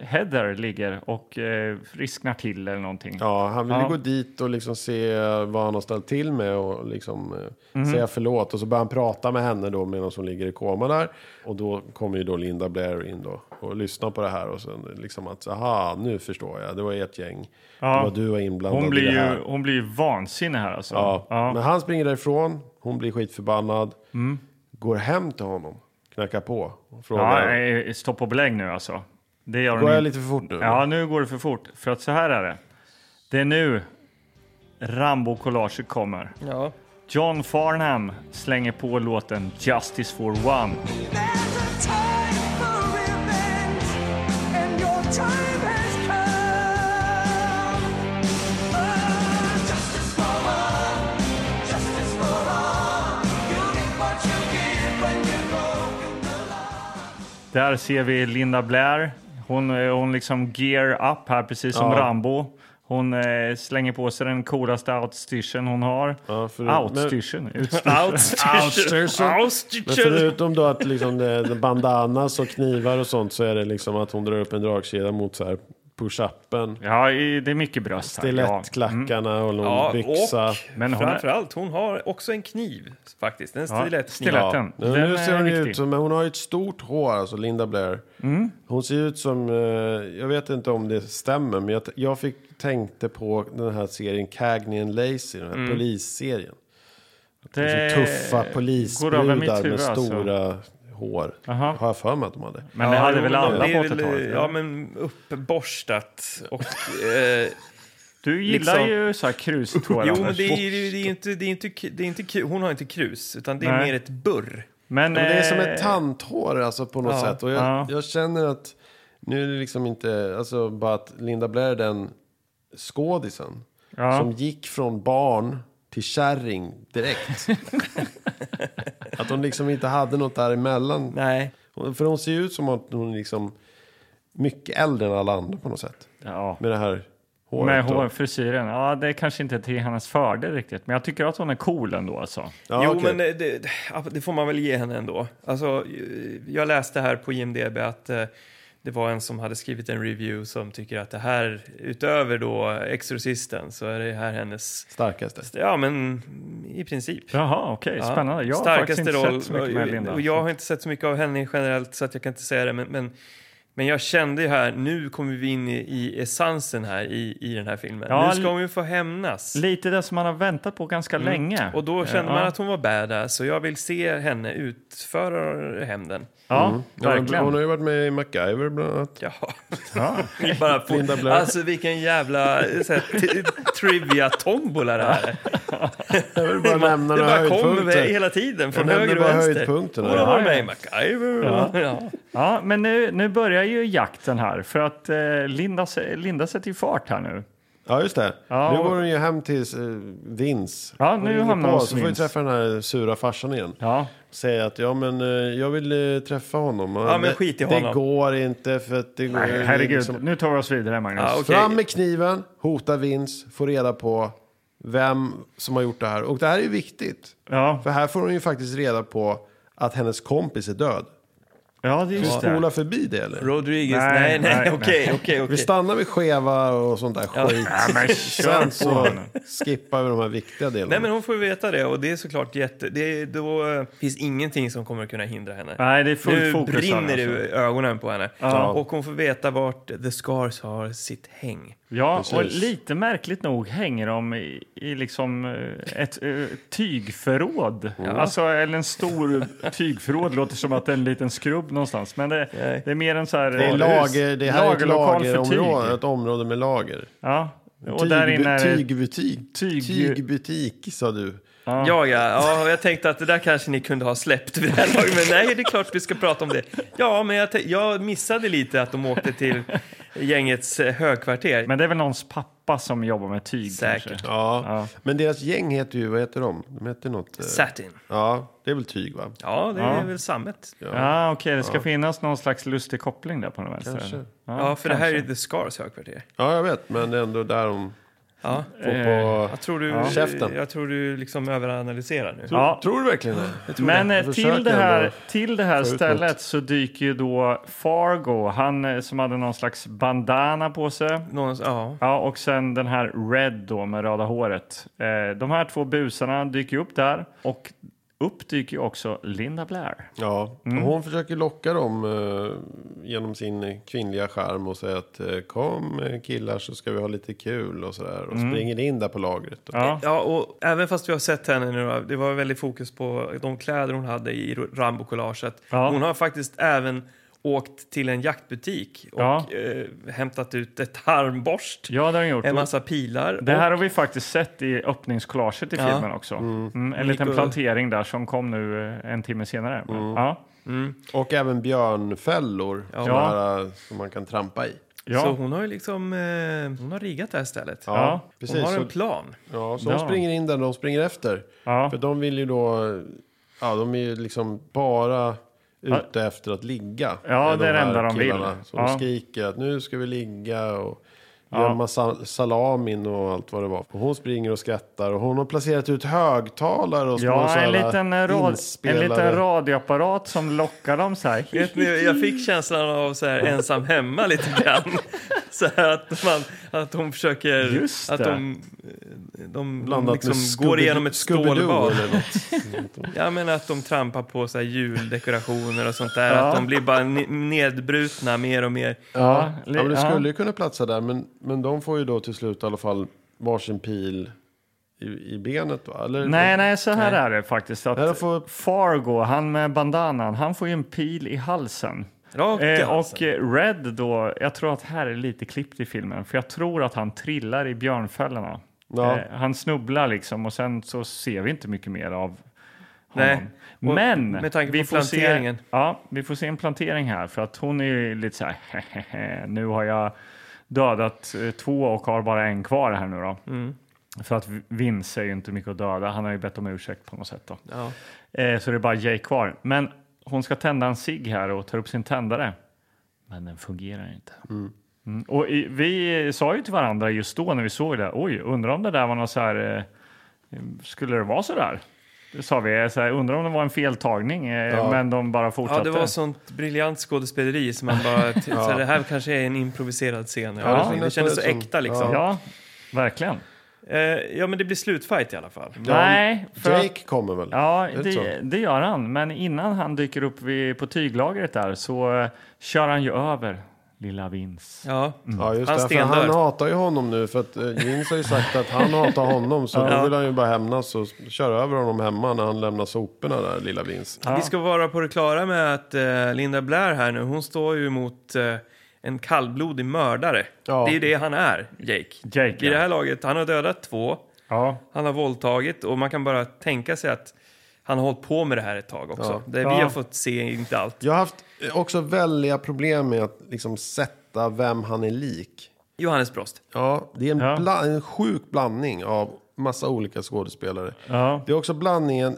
S1: eh, Heather ligger och eh, frisknar till eller någonting.
S3: Ja, han vill ju
S1: Ja.
S3: gå dit och liksom se vad han har ställt till med och liksom eh,
S1: Mhm.
S3: säga förlåt. Och så börjar han prata med henne då medan hon ligger i koma där. Och då kommer ju då Linda Blair in då och lyssnar på det här och sen liksom att aha, nu förstår jag. Det var ert gäng. Det var du var inblandad
S1: hon, blir
S3: i det här.
S1: ju, hon blir ju vansinnig här alltså.
S3: Ja.
S1: Ja. Mm.
S3: Men han springer därifrån, hon blir skitförbannad, går hem till honom, knackar på och
S1: Ja,
S3: frågar.
S1: nej, stopp och belägg nu alltså. Det gör hon
S3: Går jag
S1: inte.
S3: lite för fort nu?
S1: Ja, nu går det för fort. För att så här är det. Det är nu Rambo-collaget kommer.
S2: Ja.
S1: John Farnham slänger på låten Justice for One.
S7: Ah,
S1: Där ser vi Linda Blair. Hon, eh, hon liksom gear up här, precis som
S3: Ja.
S1: Rambo. Hon eh, slänger på sig den coolaste outstyrseln hon har.
S3: Ja, för- men-
S1: outstyrseln? Utstyrsel.
S2: Outstyrseln.
S3: Men förutom då att liksom det, det bandanas och knivar och sånt så är det liksom att hon drar upp en dragkedja mot så här push-upen,
S1: Ja, Mm. i- det är mycket bröst här. Ja.
S3: stilettklackarna och någon
S2: Ja,
S3: byxa.
S2: och
S1: Men hon är-
S2: framförallt, hon har också en kniv faktiskt. En
S1: Ja,
S2: stilettkniv.
S1: stilett.
S2: Ja.
S1: Stiletten.
S3: Nu,
S1: Den
S3: nu
S1: är
S3: ser hon ju
S1: viktig. Mm.
S3: ut som, men hon har ju ett stort hår, alltså Linda Blair. Hon ser ut som, eh, jag vet inte om det stämmer, men jag, t- jag fick, tänkte på den här serien Cagney and Lacey, den här polisserien.
S1: Mm. Det-
S3: Alltså, tuffa
S1: över mitt
S3: polisbrudar
S1: huvud,
S3: med
S1: alltså.
S3: stora hår.
S1: Aha.
S3: Har jag för mig att de hade.
S1: Men det hade väl
S2: jo,
S1: alla
S2: det är
S1: på
S2: väl,
S1: 80-talet?
S2: Ja, men uppborstat och... eh,
S1: Du gillar
S2: liksom-
S1: ju så här krustår,
S2: jo, men
S1: Anders.
S2: det är, ju- det är inte, det är inte, k- det är inte kul. Hon har inte krus, utan det är
S1: Nej.
S2: mer ett burr.
S1: Men,
S3: Ja, men det är som
S1: eh,
S3: ett tandhår alltså på något
S2: Ja.
S3: sätt. Och jag,
S1: Ja.
S3: jag känner att nu är det liksom inte, alltså bara att Linda Blair är den skådisen
S1: eh, Ja.
S3: som gick från barn till kärring direkt. att hon liksom inte hade något däremellan.
S2: Nej.
S3: Hon- För hon ser ju ut som att hon är liksom mycket äldre än alla andra på något sätt.
S1: Ja.
S3: Med det här håret.
S1: Med
S3: och-
S1: hårfrisyren. Ja, det är kanske inte till hennes fördel riktigt. Men jag tycker att hon är cool ändå alltså.
S3: Ja,
S2: jo,
S3: okej.
S2: men eh, det, det, det får man väl ge henne ändå. Alltså, eh, jag läste här på IMDB att eh, det var en som hade skrivit en review som tycker att det här, utöver då Exorcisten, så är det här hennes...
S3: Starkaste.
S2: Ja, men i princip.
S1: Jaha, okej,
S2: Ja.
S1: spännande. Jag har faktiskt inte sett så mycket med Linda.
S2: Och jag har inte sett så mycket av henne generellt så att jag kan inte säga det. Men, men, men jag kände ju här, nu kommer vi in i, i essensen här i, i den här filmen.
S1: Ja,
S2: nu ska hon ju få hämnas.
S1: Lite det som man har väntat på ganska länge.
S2: Och då kände
S1: Eh,
S2: man
S1: ja.
S2: att hon var badass så jag vill se henne utföra hämnden.
S1: Mm. Ja,
S3: Ja, men
S1: verkligen.
S3: hon har ju varit med i MacGyver bland annat.
S2: Ja.
S1: Ja.
S2: Bara på,
S3: Linda Blair.
S2: alltså vilken jävla så här, t- trivia-tombola det här är.
S3: Jag vill bara nämna
S2: Det
S3: några
S2: bara kommer
S3: höjdpunkter.
S2: hela tiden från
S3: Jag
S2: höger och
S3: nämner bara
S2: vänster.
S3: höjdpunkterna.
S2: Hon har varit med i
S1: Ja,
S2: MacGyver. Ja.
S1: Ja, men nu, nu börjar ju jakten här för att eh, Linda, se- Linda sätter ju fart här nu.
S3: Ja, just det.
S1: Ja,
S3: nu
S1: och-
S3: går hon ju hem till eh, Vince.
S1: Ja,
S3: Hon
S1: nu
S3: ringer
S1: hamnar hon hos
S3: Så får vi
S1: Vince.
S3: träffa den här sura farsan igen.
S1: Ja,
S3: Säger att ja, men eh, jag vill eh, träffa honom.
S2: Ja, men skit i honom.
S3: Det går inte för att det går... det är
S1: herregud,
S3: liksom-
S1: nu tar vi oss vidare Magnus.
S2: Ja, och- Okej.
S3: Fram med kniven, hota Vince, få reda på vem som har gjort det här. Och det här är ju viktigt.
S1: ja,
S3: För här får hon ju faktiskt reda på att hennes kompis är död.
S1: ja, det är
S3: Vi
S1: just det.
S3: spolar förbi det eller?
S2: Rodriguez,
S1: Nej,
S2: nej, nej,
S1: nej,
S2: okej, okej,
S3: Vi
S2: okej.
S3: stannar vid skeva och sånt där skit.
S1: Ja, men kör
S3: Sen
S1: på
S3: så
S1: nu.
S3: skippar vi de här viktiga delarna.
S2: Nej, men hon får ju veta det och det är såklart jätte... Det är, då eh, finns ingenting som kommer att kunna hindra henne.
S1: Nej, det är fullt
S2: nu
S1: fokus här,
S2: brinner det
S1: alltså.
S2: i ögonen på henne.
S1: Ja.
S2: Och hon får veta vart The Scars har sitt häng.
S1: Ja, och
S3: Precis.
S1: lite märkligt nog hänger de i, i liksom eh, ett eh, tygförråd. Alltså, eller en stor tygförråd. låter som att det är en liten skrubb någonstans. Men det,
S2: Nej.
S1: det är mer en så här... eh,
S3: Det är lager, det här är ett
S1: lagerlokal för tyg.
S3: lagerområde, ett område med lager.
S1: Ja, och
S3: Tyg,
S1: där inne är det-
S3: tygbutik.
S1: tyg-
S3: Tygbutik sa du.
S2: Ja. Ja, ja, och jag tänkte att det där kanske ni kunde ha släppt vid det här laget, men nej, det är klart vi ska prata om det. Ja, men jag, tän- jag missade lite att de åkte till gängets eh, högkvarter.
S1: Men det är väl någons pappa som jobbar med tyg
S2: Säkert.
S1: kanske?
S3: Ja.
S1: Ja.
S3: men deras gäng heter ju, vad heter de? De heter något... eh,
S2: Satin.
S3: Ja, det är väl tyg va?
S2: Ja, det är väl sammet. Ja,
S1: Ja, okej, det ska finnas någon slags lustig koppling där på något vänster.
S3: Kanske.
S1: eller?
S2: för det här är The Scars högkvarter.
S3: Ja, jag vet, men det är ändå där de
S2: Ja.
S3: får på...
S2: Jag tror du,
S3: Käften.
S2: Jag tror du liksom överanalyserar nu.
S1: Ja.
S3: Tror du verkligen det?
S1: Men eh,
S3: Jag
S1: till
S3: försöker
S1: det, här,
S3: ändå.
S1: till det här
S3: ut något.
S1: stället så dyker ju då Fargo, han eh, som hade någon slags bandana på sig.
S2: Någon, ja.
S1: Ja, och sen den här Red då med röda håret. Eh, de här två busarna dyker ju upp där och upp dyker ju också Linda Blair.
S3: Ja,
S1: Mm.
S3: och hon försöker locka dem eh, genom sin eh, kvinnliga skärm och säga att eh, kom eh, killar så ska vi ha lite kul och sådär. Och springer in där på lagret. Och,
S1: Ja.
S2: Ja, och även fast vi har sett henne nu, då, det var väldigt fokus på de kläder hon hade i Rambo-collaget.
S1: Ja.
S2: Hon har faktiskt även åkt till en jaktbutik och
S1: Ja.
S2: eh, hämtat ut ett harmborst,
S1: Ja, det har hon gjort.
S2: en massa pilar.
S1: Det här har vi faktiskt sett i öppningskollaget i
S2: Ja.
S1: filmen också. Mm, en liten
S2: Nico-
S1: plantering där som kom nu eh, en timme senare.
S3: Mm.
S1: Ja,
S3: och även björnfällor som,
S1: Ja.
S3: här, eh, som man kan trampa i.
S1: ja.
S2: Så hon har ju liksom eh, hon har riggat det här stället.
S3: Ja,
S1: Ja,
S3: precis.
S2: Hon har en
S3: så,
S2: plan.
S3: ja, så
S1: Ja.
S3: de springer in där, de springer efter.
S1: Ja.
S3: För de vill ju då, ja de är ju liksom bara ute efter att ligga.
S1: Ja, det är det
S3: här
S1: enda de vill.
S3: killarna Som
S1: Ja.
S3: skriker att nu ska vi ligga och gömma sa- salamin och allt vad det var. Och hon springer och skrattar och hon har placerat ut högtalare och små
S1: Ja,
S3: så här
S1: en liten, eh, rad, en
S3: inspelare.
S1: liten radioapparat som lockar dem så här.
S2: Vet ni, jag fick känslan av så här ensam hemma lite grann. Så här att, man, att hon försöker...
S1: Just
S2: att
S1: det.
S2: de, de, de
S3: Blandat
S2: liksom
S3: med
S2: går
S3: Scooby-Doo-
S2: igenom ett
S3: Scooby-Doo
S2: stålbad.
S3: eller något.
S2: Ja, men att de trampar på så här juldekorationer och sånt där.
S1: Ja.
S2: Att de blir bara ne- nedbrutna mer och mer.
S1: Ja,
S3: Ja,
S1: li-
S3: ja men det
S1: ja.
S3: skulle ju kunna platsa där, men, men de får ju då till slut i alla fall varsin pil i, i benet va? Eller,
S1: Nej, nej, så här är det faktiskt.
S3: Nej, de
S1: Att
S3: får-
S1: Fargo, han med bandanan, han får ju en pil i halsen.
S2: Rakt i
S1: Eh,
S2: halsen.
S1: och eh, Red då, jag tror att här är lite klippt i filmen, för jag tror att han trillar i björnfällorna.
S3: Ja.
S1: Eh, han snubblar liksom och sen så ser vi inte mycket mer av
S2: Nej.
S1: honom. Men
S2: med tanke på
S1: vi får
S2: planteringen.
S1: Se, ja, vi får se en plantering här för att hon är ju lite så här, nu har jag dödat eh, två och har bara en kvar här nu då.
S2: Mm.
S1: För att Vince är ju inte mycket att döda, han har ju bett om ursäkt på något sätt då.
S2: Ja.
S1: Eh, så det är bara Jay kvar. Men hon ska tända en cigg här och tar upp sin tändare. Men den fungerar inte. Mm. Och i, vi sa ju till varandra just då när vi såg det, oj, undrar om det där var något så här, eh, skulle det vara så där? Det sa vi, eh, så här, undrar om det var en feltagning, eh, men de bara fortsatte.
S2: Ja, det var sånt briljant skådespeleri som man bara... T- så det här kanske är en improviserad scen.
S3: det
S2: Ja, det,
S3: kändes
S2: kändes så
S3: som-
S2: äkta liksom. Ja.
S1: Ja, verkligen.
S2: ja, men det blir slutfight i alla fall.
S1: Nej, för att-
S3: Jake kommer väl?
S1: Ja,
S3: Är det så?
S1: det, det gör han. Men innan han dyker upp vid, på tyglagret där så eh, kör han ju över lilla Vince.
S2: Ja.
S3: Ja, just
S2: Han
S3: det. För
S2: stendör.
S3: han hatar ju honom nu för att eh, Vince har ju sagt att han hatar honom så då vill han ju bara hämnas och köra över honom hemma när han lämnar soporna där, lilla Vince.
S1: Ja.
S2: Vi ska vara på det klara med att eh, Linda Blair här nu, hon står ju mot eh, en kallblodig mördare.
S3: Ja.
S2: Det är ju det han är, Jake.
S1: Jake,
S2: I det
S1: ja.
S2: här laget, han har dödat två,
S1: Ja.
S2: han har våldtagit och man kan bara tänka sig att han har hållit på med det här ett tag också. Det, vi
S1: Ja.
S2: har fått se inte allt.
S3: Jag har haft eh, också väldiga problem med att liksom sätta vem han är lik.
S2: Johannes Brost.
S3: Ja, det är en,
S1: Ja.
S3: bla- en sjuk blandning av massa olika skådespelare.
S1: Ja.
S3: Det är också blandningen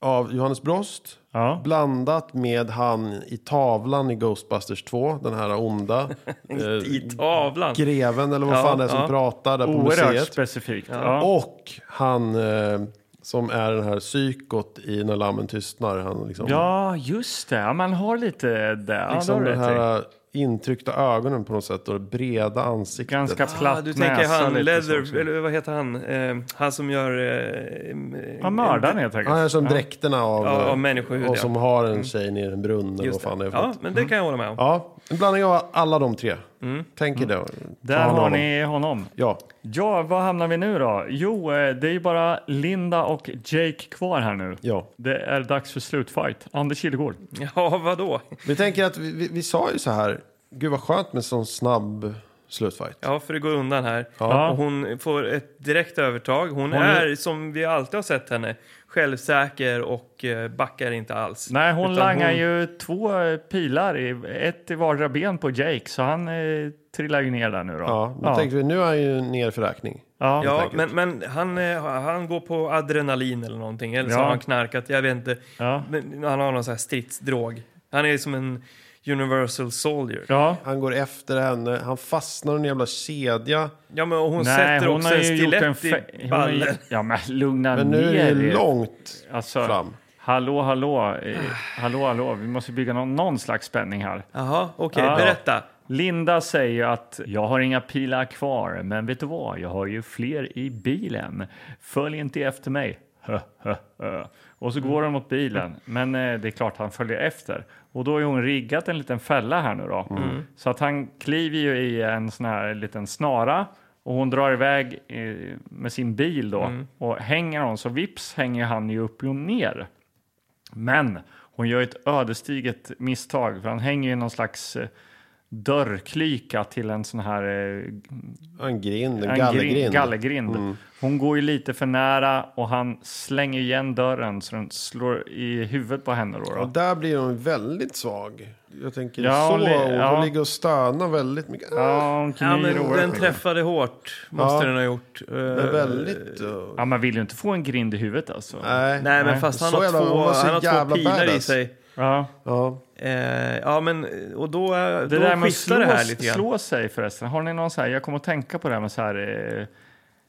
S3: av Johannes Brost
S1: Ja.
S3: blandat med han i tavlan i Ghostbusters 2, den här onda eh,
S2: I tavlan.
S3: greven eller vad
S2: Ja,
S3: fan det är som
S2: ja.
S3: pratar där på
S1: Oerhört
S3: museet.
S1: specifikt. Ja.
S3: Och han eh, som är den här psykot i När lammen tystnar. Han liksom,
S1: ja, just det. Ja, man har lite det. Ja, det har
S3: liksom
S1: du
S3: den
S1: rätt i.
S3: här intryckta ögonen på något sätt och det breda ansiktet.
S1: Ganska platt
S2: Ah, du tänker
S1: näsa.
S2: han
S1: lite så
S2: Leather,
S1: också.
S2: eller vad heter han? Eh, han som gör... Eh, em-
S1: Han mördar den helt enkelt.
S3: Han är som dräkterna av,
S2: Ja,
S3: eh,
S2: av människohud,
S3: och
S2: ja.
S3: som har
S1: Mm.
S3: en tjej nere i en brunn eller
S2: Just
S3: vad fan det
S2: det.
S3: är för
S2: Ja,
S3: något.
S2: men det kan jag hålla med om.
S3: Ja, en blandning av alla de tre. Tänk er det. Ta
S1: Mm. Där
S3: hand om
S1: har
S3: honom.
S1: ni honom.
S3: Ja,
S1: Ja, var hamnar vi nu då? Jo, eh, det är ju bara Linda och Jake kvar här nu.
S3: ja.
S1: Det är dags för slutfight. Anders Kihlgård.
S2: Ja, vadå?
S3: Vi tänker att vi, vi, vi sa ju så här, gud vad skönt med sån snabb slutfight.
S2: Ja, för det går undan här.
S1: Ja.
S2: Och hon får ett direkt övertag. Hon, är, som vi alltid har sett henne, självsäker och eh, backar inte alls.
S1: Nej, hon
S2: Utan
S1: langar
S2: hon-
S1: ju två eh, pilar, i, ett i vardera ben på Jake, så han eh, trillar ju ner där nu då.
S3: Ja, då tänkte vi nu är han ju ner för räkning.
S1: ja.
S2: Ja,
S3: enkelt.
S2: men, men han, eh, han går på adrenalin eller någonting. Eller så
S1: Ja.
S2: har han knarkat, jag vet inte.
S1: Ja.
S2: Men han har någon sån här stridsdrog. Han är som en universal soldier. Ja,
S1: ja.
S3: Han går efter henne, han fastnar i en jävla kedja.
S2: men och
S1: Nej,
S2: hon sätter
S1: hon
S2: också
S1: har
S2: en
S1: ju gjort
S2: stilett
S1: en... fe-
S2: i
S1: hon har ju-
S2: ballen.
S1: Ja, men lugna
S3: Men nu
S1: ner
S3: är det
S1: er.
S3: långt
S1: Alltså,
S3: fram.
S1: Hallå, hallå, eh, hallå, hallå. Vi måste bygga någon, någon slags spänning här.
S2: Jaha, okej,
S1: Ja.
S2: berätta.
S1: Linda säger ju att jag har inga pilar kvar, men vet du vad? Jag har ju fler i bilen. Följ inte efter mig. Hö, hö, hö. Och så går hon mot bilen, men eh, det är klart han följer efter. Och då är hon riggat en liten fälla här nu då. Så att han kliver ju i en sån här liten snara och hon drar iväg eh, med sin bil då och hänger hon så vips hänger han ju upp och ner. Men hon gör ett ödesdigert misstag för han hänger ju i någon slags eh, dörrklyka till en sån här eh,
S3: En grind, en,
S1: en
S3: gallergrind. Mm.
S1: grin- gallergrind. Hon går ju lite för nära och han slänger igen dörren så den slår i huvudet på henne. Då,
S3: Och
S1: då.
S3: där blir hon väldigt svag. Jag tänker
S1: Ja,
S3: så,
S1: hon li-
S3: hon,
S1: ja.
S3: hon ligger och stönar väldigt mycket.
S1: Ja, hon
S2: Ja,
S1: knyr
S2: men
S1: oerhört
S2: den
S1: mycket.
S2: träffade hårt, måste
S3: Ja.
S2: den ha gjort. Eh,
S3: Det är väldigt... eh,
S1: Ja, man vill ju inte få en grind i huvudet alltså.
S3: nej.
S2: Nej, men fast han
S3: Så
S2: har,
S3: jävla- hon
S2: två,
S3: var så
S2: han har två
S3: jävla
S2: pilar i
S3: badass.
S2: sig.
S1: Ja.
S3: Ja.
S2: Eh, ja, men och då, det
S1: Det
S2: då
S1: där med att
S2: skiftar
S1: slå,
S2: det här lite grann.
S1: slå sig förresten. Har ni någon så här, jag kommer att tänka på det här med så här eh,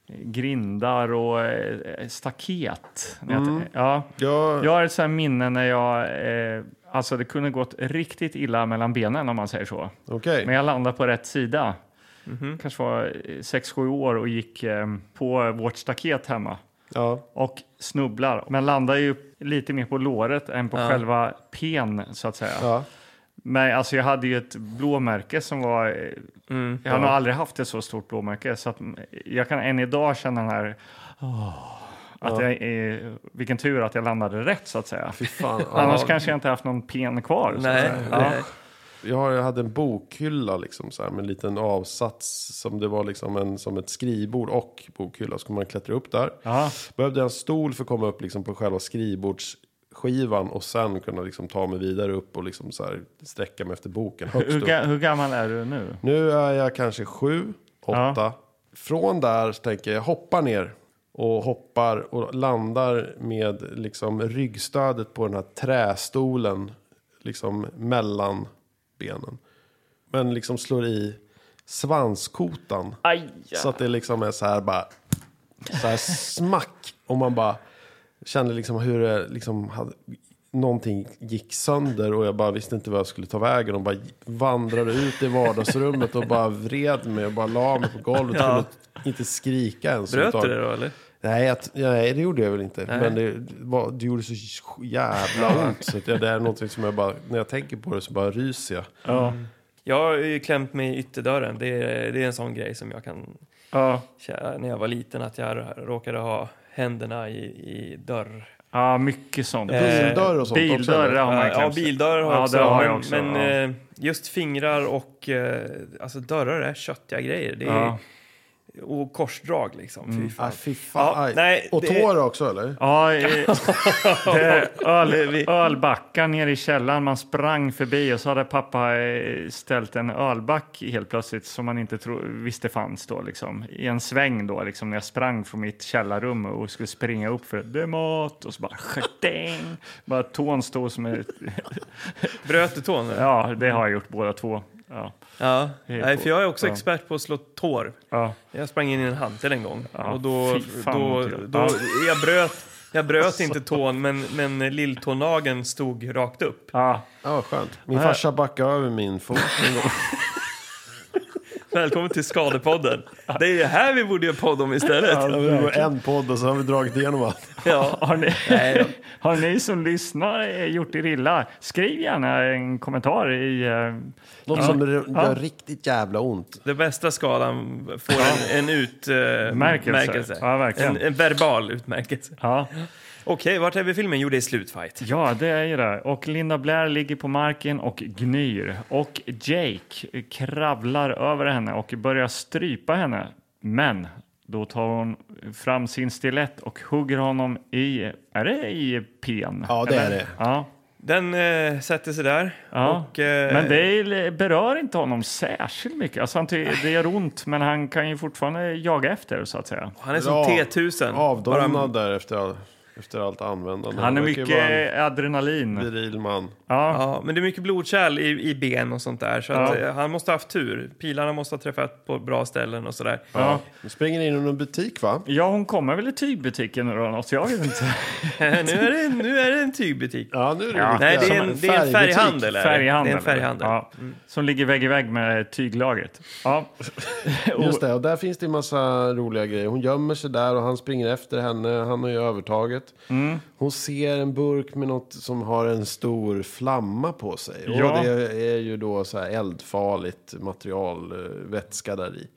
S1: grindar och eh, staket. När jag
S3: Mm.
S1: tänker- Ja.
S3: Jag,
S1: Jag har ett sånt här minne när jag... Eh, alltså det kunde gått riktigt illa mellan benen om man säger så.
S3: Okej.
S1: Men jag landade på rätt sida. kanske var 6-7 år och gick eh, på vårt staket hemma
S3: Ja.
S1: och snubblar. Men landar ju lite mer på låret än på
S2: Ja.
S1: själva pen så att säga.
S3: Ja.
S1: Men alltså jag hade ju ett blåmärke som var... eh, jag har nog aldrig haft ett så stort blåmärke. Så att mm, jag kan än idag känna den här... "Åh", att jag, eh, vilken tur att jag landade rätt så att säga.
S3: Fy fan.
S1: Annars
S3: Ja.
S1: kanske jag inte haft någon pen kvar. Så att
S2: Nej,
S1: säga. Ja.
S2: nej.
S3: Jag har- jag hade en bokhylla liksom, så här, med en liten avsats som det var liksom en, som ett skrivbord och bokhylla. Så kunde man klättra upp där.
S1: Ja.
S3: Behövde en stol för att komma upp liksom, på själva skrivbordsskivan och sen kunna liksom, ta mig vidare upp och liksom, så här, sträcka mig efter boken högst
S1: Hur,
S3: upp.
S1: ga, hur gammal är du nu?
S3: Nu är jag kanske sju, åtta. Från där så tänker jag hoppar ner och hoppar och landar med liksom ryggstödet på den här trästolen liksom mellan benen. Men liksom slår i svanskotan. Så att det liksom är så här bara så här smack och man bara kände liksom hur det liksom hade, någonting gick sönder och jag bara visste inte vad jag skulle ta vägen och bara vandrade ut i vardagsrummet och bara vred mig och bara la mig på golvet och
S2: Ja.
S3: kunde inte skrika ens.
S2: Bröt
S3: ett tag.
S2: du det då eller?
S3: Nej, jag, nej, det gjorde jag väl inte. Men det, var, det gjorde så jävla ont. Så att jag, det är någonting som jag bara, när jag tänker på det så bara ryser jag.
S1: Ja.
S2: Jag har ju klämt mig i ytterdörren. Det är, det är en sån grej som jag kan
S1: Ja.
S2: känna när jag var liten att jag råkade ha händerna i, i dörr.
S1: ja, mycket sånt.
S3: Bildörr och sånt också. eller?
S1: Bildörrar har man
S2: ja,
S1: klämt sig.
S2: bildörrar har jag
S1: Ja,
S2: också.
S1: det har jag
S2: men-
S1: också,
S2: men
S1: ja.
S2: eh, just fingrar och eh, alltså dörrar är köttiga grejer. Det är,
S1: Ja. Mm.
S2: Och korsdrag liksom. Fy fan.
S3: Ah, fy fan.
S2: Ja,
S3: aj.
S2: nej,
S3: och
S2: det-
S3: tår också eller?
S1: Ja, eh, det är öl, ölbackar nere i källaren. Man sprang förbi och så hade pappa eh, ställt en ölback helt plötsligt som man inte tro, visste fanns då liksom. I en sväng då liksom när jag sprang från mitt källarrum och skulle springa upp för det är mat och så bara stjärtäng. Bara tån stod som ett...
S2: Bröt du tån? Ja.
S1: Ja, det har jag gjort båda två. Ja,
S2: Nej, för jag är också
S1: Ja.
S2: expert på att slå tår.
S1: ja,
S2: Jag sprang in i en hantel en gång.
S1: Ja,
S2: och då,
S1: fy fan,
S2: då,
S1: vad kul.
S2: då,
S1: Ja. Alltså.
S2: jag bröt, jag bröt inte tån, men, men lilltånageln stod rakt upp.
S1: ja.
S3: Ja, vad skönt. Min farsa backade över min fot en gång.
S2: Välkommen till Skadepodden. Det är ju här vi borde göra podd om istället.
S3: Ja, det var en podd och så har vi dragit igenom allt.
S2: Ja.
S1: Har ni, har ni som lyssnar eh, gjort er illa? Skriv gärna en kommentar i... eh,
S3: Något som gör riktigt jävla ont.
S2: Den bästa skadan får en, en
S1: Märkelse.
S2: utmärkelse.
S1: Ja, verkligen.
S2: en, en verbal utmärkelse.
S1: Ja.
S2: Okej, vart är vi i filmen? Jo, det är slutfight.
S1: Ja, det är ju det. Och Linda Blair ligger på marken och gnyr. Och Jake kravlar över henne och börjar strypa henne. Men då tar hon fram sin stilett och hugger honom i... Är det i pen?
S3: Ja, det är
S1: Eller?
S3: det.
S1: Ja,
S2: Den eh, sätter sig där.
S1: ja.
S2: Och, eh,
S1: men det är- berör inte honom särskilt mycket. Alltså, han ty- det gör ont, men han kan ju fortfarande jaga efter, så att säga.
S2: Han är som
S3: Bra.
S2: T-1000.
S3: Avdomnad
S2: Bara-
S3: där efter, all, efter allt användande.
S1: Han är
S3: verkar ju vara
S1: mycket
S3: en
S1: adrenalin.
S3: Viril man.
S1: Ja,
S2: Ja, men det är mycket blodkärl i, i ben och sånt där. Så att,
S1: Ja.
S2: eh, han måste ha haft tur. Pilarna måste ha träffat på bra ställen och sådär.
S1: ja.
S3: Nu springer in i någon butik va?
S1: ja, hon kommer väl i tygbutiken eller något, jag vet inte.
S2: Eh, nu, är det, nu är det en tygbutik.
S3: Ja, nu är det
S1: Ja.
S2: Nej, det är
S3: Som
S2: en, det är en
S3: färgbutik.
S2: färghandel. är det?
S1: Färghandel.
S2: Det är en färghandel. Mm.
S1: Ja. Som ligger vägg i vägg med tyglagret. Ja.
S3: Just det, och där finns det en massa roliga grejer. Hon gömmer sig där och han springer efter henne. Han har ju övertaget. Hon ser en burk med något som har en stor flamma på sig. Och
S1: Ja.
S3: det är ju då så här eldfarligt material, eh, vätska där i.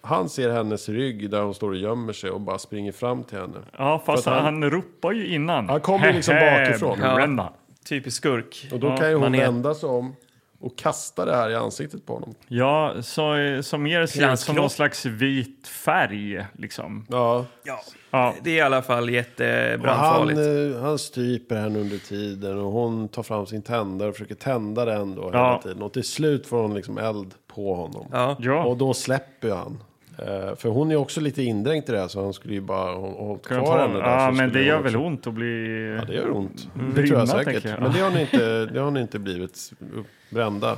S3: Han ser hennes rygg där hon står och gömmer sig och bara springer fram till henne.
S1: ja, fast
S3: För att
S1: han,
S3: han-
S1: ropar ju innan.
S3: Han kommer ju liksom bakifrån.
S1: Ja. Brenda.
S2: Typisk skurk.
S3: Och då kan ju hon
S2: man är-
S3: vända sig om och kasta det här i ansiktet på honom.
S1: Ja, så, som mer ser ut som
S2: Kranskropp.
S1: någon slags vit färg. Liksom.
S3: Ja,
S2: Ja.
S1: Ja.
S2: Det är i alla fall
S3: Och han,
S2: jättebrandfarligt.
S3: eh, han stryper henne under tiden och hon tar fram sin tändare och försöker tända den då hela
S1: Ja.
S3: tiden. Och till slut får hon liksom eld på honom.
S2: Ja.
S1: Ja.
S3: Och då släpper ju han. Eh, för hon är också lite indränkt i det här så han skulle ju bara hon- hållit
S1: Kan jag
S3: kvar
S1: ta
S3: henne
S1: den?
S3: där.
S1: Ja,
S3: så
S1: men
S3: skulle
S1: det gör
S3: hon
S1: väl
S3: också-
S1: ont att bli...
S3: Ja, det gör ont. Det
S1: Bruna,
S3: tror jag
S1: tänker
S3: säkert.
S1: jag.
S3: Men det har ni inte, det har ni inte blivit brända.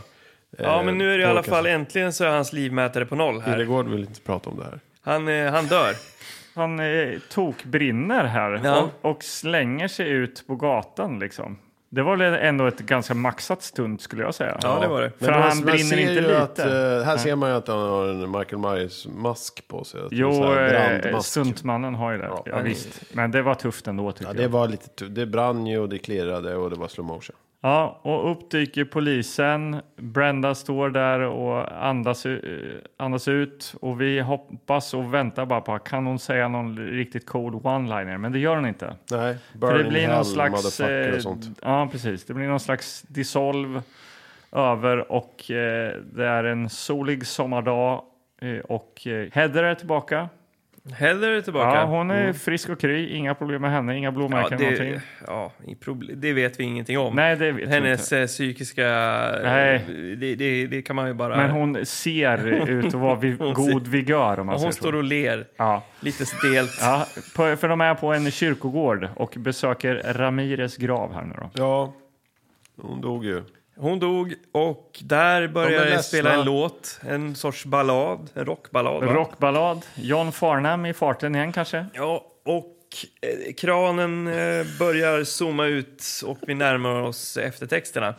S2: ja, men nu är det i alla fall
S3: en...
S2: äntligen så är hans livmätare på noll här.
S3: Hildegård vill inte prata om det här.
S2: Han, eh, han dör.
S1: Han eh, tokbrinner här
S2: Ja.
S1: och, och slänger sig ut på gatan. Liksom. Det var väl ändå ett ganska maxat stund skulle jag säga.
S2: Ja, det var det.
S1: För
S3: Men man-
S1: han
S3: man
S1: brinner
S3: ser
S1: inte
S3: ju
S1: lite.
S3: Att, eh, här ser man ju att han har en Michael Myers-mask på sig. en sån
S1: jo,
S3: här
S1: eh,
S3: brandmask.
S1: stuntmannen har ju det. Ja, visst. Men det var tufft ändå tycker
S3: Ja, det, var lite, tu- det brann ju och det klirrade och det var slow motion.
S1: jag. Ja, och upp dyker polisen. Brenda står där och andas, u- eh, andas ut. Och vi hoppas och väntar bara på kan hon säga någon riktigt cool one-liner. Men det gör hon inte.
S3: Nej,
S1: För
S3: burn
S1: det blir
S3: in
S1: någon
S3: hell,
S1: slags...
S3: motherfucker och sånt.
S1: Eh, ja, precis. Det blir någon slags dissolv över och eh, det är en solig sommardag eh, och eh, Heather är tillbaka.
S2: Heather är tillbaka. Mm.
S1: Ja, hon är frisk och kry, inga problem med henne, inga
S2: Ja,
S1: blåmärken eller
S2: det,
S1: någonting.
S2: ja, i proble- det vet vi ingenting om.
S1: Nej, det vet jag
S2: Hennes
S1: inte.
S2: eh, psykiska... eh,
S1: Nej.
S2: Det, det, det kan man ju bara...
S1: Men hon ser ut att vara vid
S2: Hon ser-
S1: god vigör om man
S2: Ja,
S1: säger
S2: hon
S1: så.
S2: står och ler
S1: Ja.
S2: lite stelt.
S1: alltså, Ja, på, för de är på en kyrkogård och besöker Ramires grav här nu då.
S3: Ja, hon dog ju.
S2: Hon dog och där började
S3: ledsna.
S2: jag spela en låt, en sorts ballad, en rockballad. va?
S1: Rockballad, John Farnham i farten igen kanske?
S2: Ja, och eh, kranen eh, börjar zooma ut och vi närmar oss eftertexterna.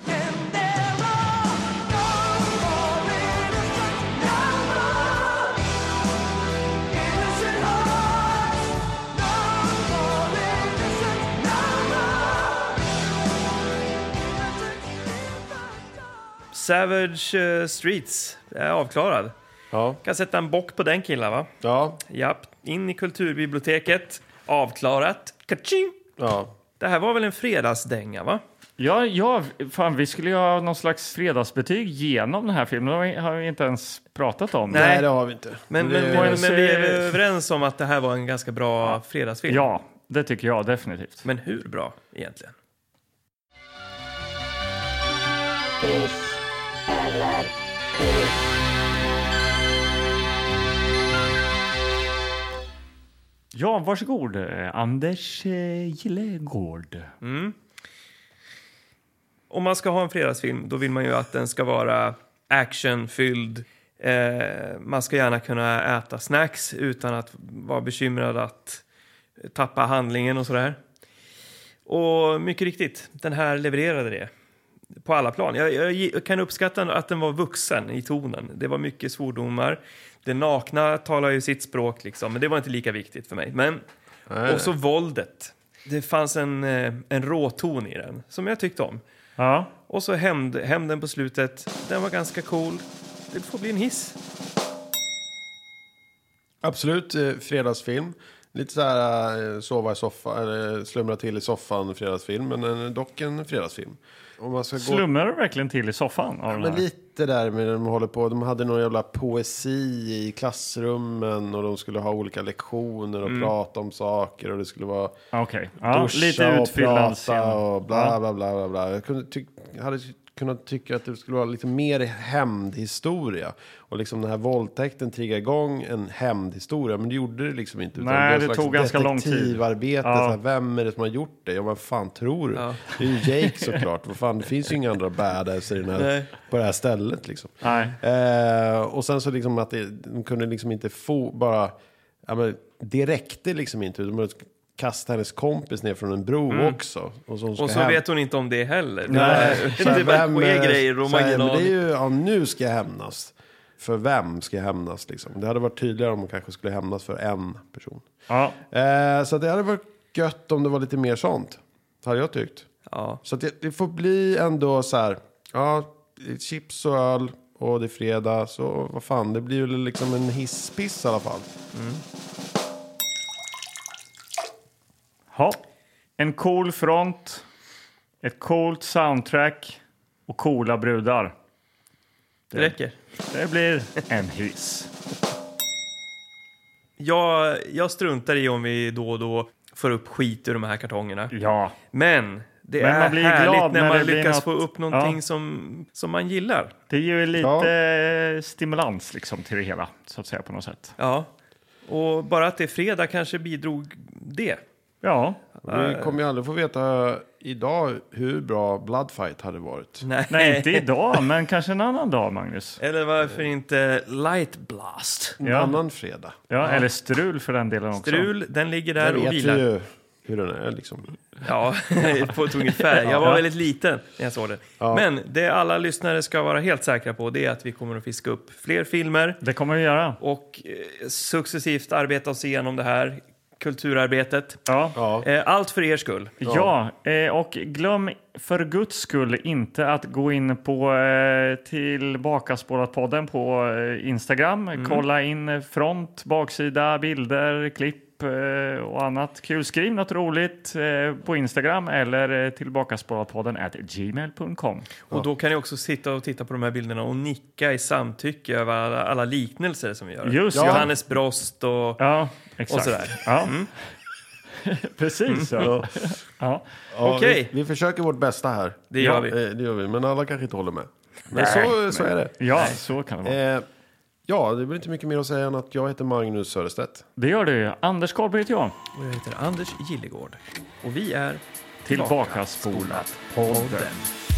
S2: Savage eh, Streets är avklarad.
S3: Ja,
S2: Kan sätta en bock på den killen, va?
S3: ja,
S2: Japp, in i kulturbiblioteket. Avklarat. Kaching!
S3: ja.
S2: Det här var väl en fredagsdänga, va?
S1: Ja, ja, fan, vi skulle ju ha någon slags fredagsbetyg genom den här filmen. Det har vi- har vi inte ens pratat om.
S2: Nej.
S3: det har vi inte.
S2: Men,
S3: det,
S2: men, men, men vi är väl
S1: eh,
S2: överens om att det här var en ganska bra fredagsfilm?
S1: Ja, det tycker jag definitivt.
S2: Men hur bra egentligen?
S1: Ja, varsågod, eh, Anders eh, Gillegård.
S2: Om man ska ha en fredagsfilm då vill man ju att den ska vara actionfylld. Eh, man ska gärna kunna äta snacks utan att vara bekymrad att tappa handlingen och sådär. Och mycket riktigt, den här levererade det. På alla plan. Jag, jag, gi- kan uppskatta att den var vuxen i tonen. Det var mycket svordomar. Det nakna talar ju sitt språk, liksom, men det var inte lika viktigt för mig. Men, och så våldet. Det fanns en, eh, en råton i den som jag tyckte om.
S1: Ja.
S2: Och så hämnd, hämnden på slutet. Den var ganska cool. Det får bli en hiss.
S3: Absolut eh, fredagsfilm. Lite så här eh, sova i soffan, eller slumra till i soffan fredagsfilm. Men en, dock en fredagsfilm. Om man ska gå
S1: Slumrar du verkligen till i soffan? Av den
S3: Men
S1: här?
S3: lite där med de håller på. De hade någon jävla poesi i klassrummen och de skulle ha olika lektioner och prata om saker och det skulle vara
S1: Okej, Mm. ja,
S3: duscha
S1: lite
S3: och prata
S1: utfyllnadsscen.
S3: och bla bla bla bla. bla. Jag kunde ty- hade ty- kunnat tycka att det skulle vara lite mer hämndhistoria. Och liksom den här våldtäkten triggar igång en hämndhistoria, men det gjorde det liksom inte.
S1: Nej,
S3: var
S1: det
S3: ett slags
S1: tog ganska lång tid.
S3: Detektivarbete,
S1: Ja.
S3: så här, vem är det som har gjort det? Ja, vad fan tror du? Det är ju Jake såklart. vad fan, det finns ju inga andra badass i den här,
S2: Nej.
S3: på det här stället liksom.
S1: Nej.
S3: Eh, och sen så liksom att det, de kunde liksom inte få bara, ja men det räckte liksom inte. De kastade hennes kompis ner från en bro också. Och så, hon ska
S2: Mm. Och så
S3: hem.
S2: vet hon inte om det heller.
S3: Nej,
S2: Det
S3: så här,
S2: var- det bara
S3: vem,
S2: sker
S3: eh,
S2: grejer och
S3: så här,
S2: man ingen
S3: men det
S2: aning.
S3: är ju, ja, nu ska jag hämnas. För vem ska jag hämnas liksom? Det hade varit tydligare om hon kanske skulle hämnas för en person.
S1: Ja.
S3: Eh, så det hade varit gött om det var lite mer sånt. Hade jag tyckt.
S2: Ja.
S3: Så att det, det får bli ändå så här, ja, chips och öl och det är fredag, så vad fan, det blir ju liksom en hisspiss i alla fall.
S1: Ha. En cool front, ett coolt soundtrack och coola brudar.
S2: Det räcker.
S1: Det blir en hiss.
S2: Jag, jag struntar i om vi då och då får upp skit ur de här kartongerna.
S1: Ja,
S2: Men det
S1: Men
S2: är
S1: man blir
S2: härligt
S1: glad
S2: när
S1: när
S2: man
S1: det blir
S2: lyckas
S1: något-
S2: få upp någonting
S1: Ja.
S2: som, som man gillar.
S1: det ger ju lite eh, stimulans liksom till det hela, så att säga på något sätt.
S2: Ja. Och bara att det är fredag kanske bidrog det.
S1: Ja,
S3: Vi kommer ju aldrig få veta idag hur bra Bloodfight hade varit.
S2: Nej,
S1: Nej, inte idag, men kanske en annan dag, Magnus.
S2: Eller varför
S3: Eh.
S2: inte Light Blast?
S3: En
S1: Ja.
S3: annan fredag.
S1: Ja, Eller strul för den delen också.
S2: Strul, den ligger där
S3: Det
S2: och
S3: vet vi
S2: vilar.
S3: ju hur hur den är liksom.
S2: Ja, på ett ungefär. Jag var väldigt liten när jag såg den.
S3: Ja.
S2: Men det alla lyssnare ska vara helt säkra på det är att vi kommer att fiska upp fler filmer
S1: Det kommer vi göra.
S2: och eh, successivt arbeta oss igenom det här kulturarbetet.
S1: Ja.
S3: Ja.
S2: Eh, Allt för er skull.
S1: Ja, eh, och glöm för guds skull inte att gå in på eh, Tillbakaspålat-podden på eh, Instagram. Kolla in front, baksida, bilder, klipp eh, och annat kul. Skriv något roligt eh, på Instagram eller eh, tillbakaspålatpodden at gmail.com.
S2: Och då kan ni också sitta och titta på de här bilderna och nicka i samtycke över alla, alla liknelser som vi gör.
S1: Just det.
S2: Johannes Brost och...
S1: Ja, exakt. Mm.
S2: Och sådär.
S1: Ja. Precis. Ja. ja.
S3: Ja,
S2: Okej.
S3: vi, vi försöker vårt bästa här.
S2: Det gör
S3: ja,
S2: vi.
S3: eh, Det gör vi, men alla kanske inte håller med. Men så, så är det.
S1: ja, så kan det vara.
S3: Eh, ja, det blir inte mycket mer att säga än att jag heter Magnus Sörestedt.
S1: Det gör du. Anders Karlberg heter jag.
S2: Och jag heter Anders Gillegård. Och vi är...
S1: Tillbakaspålat-podden.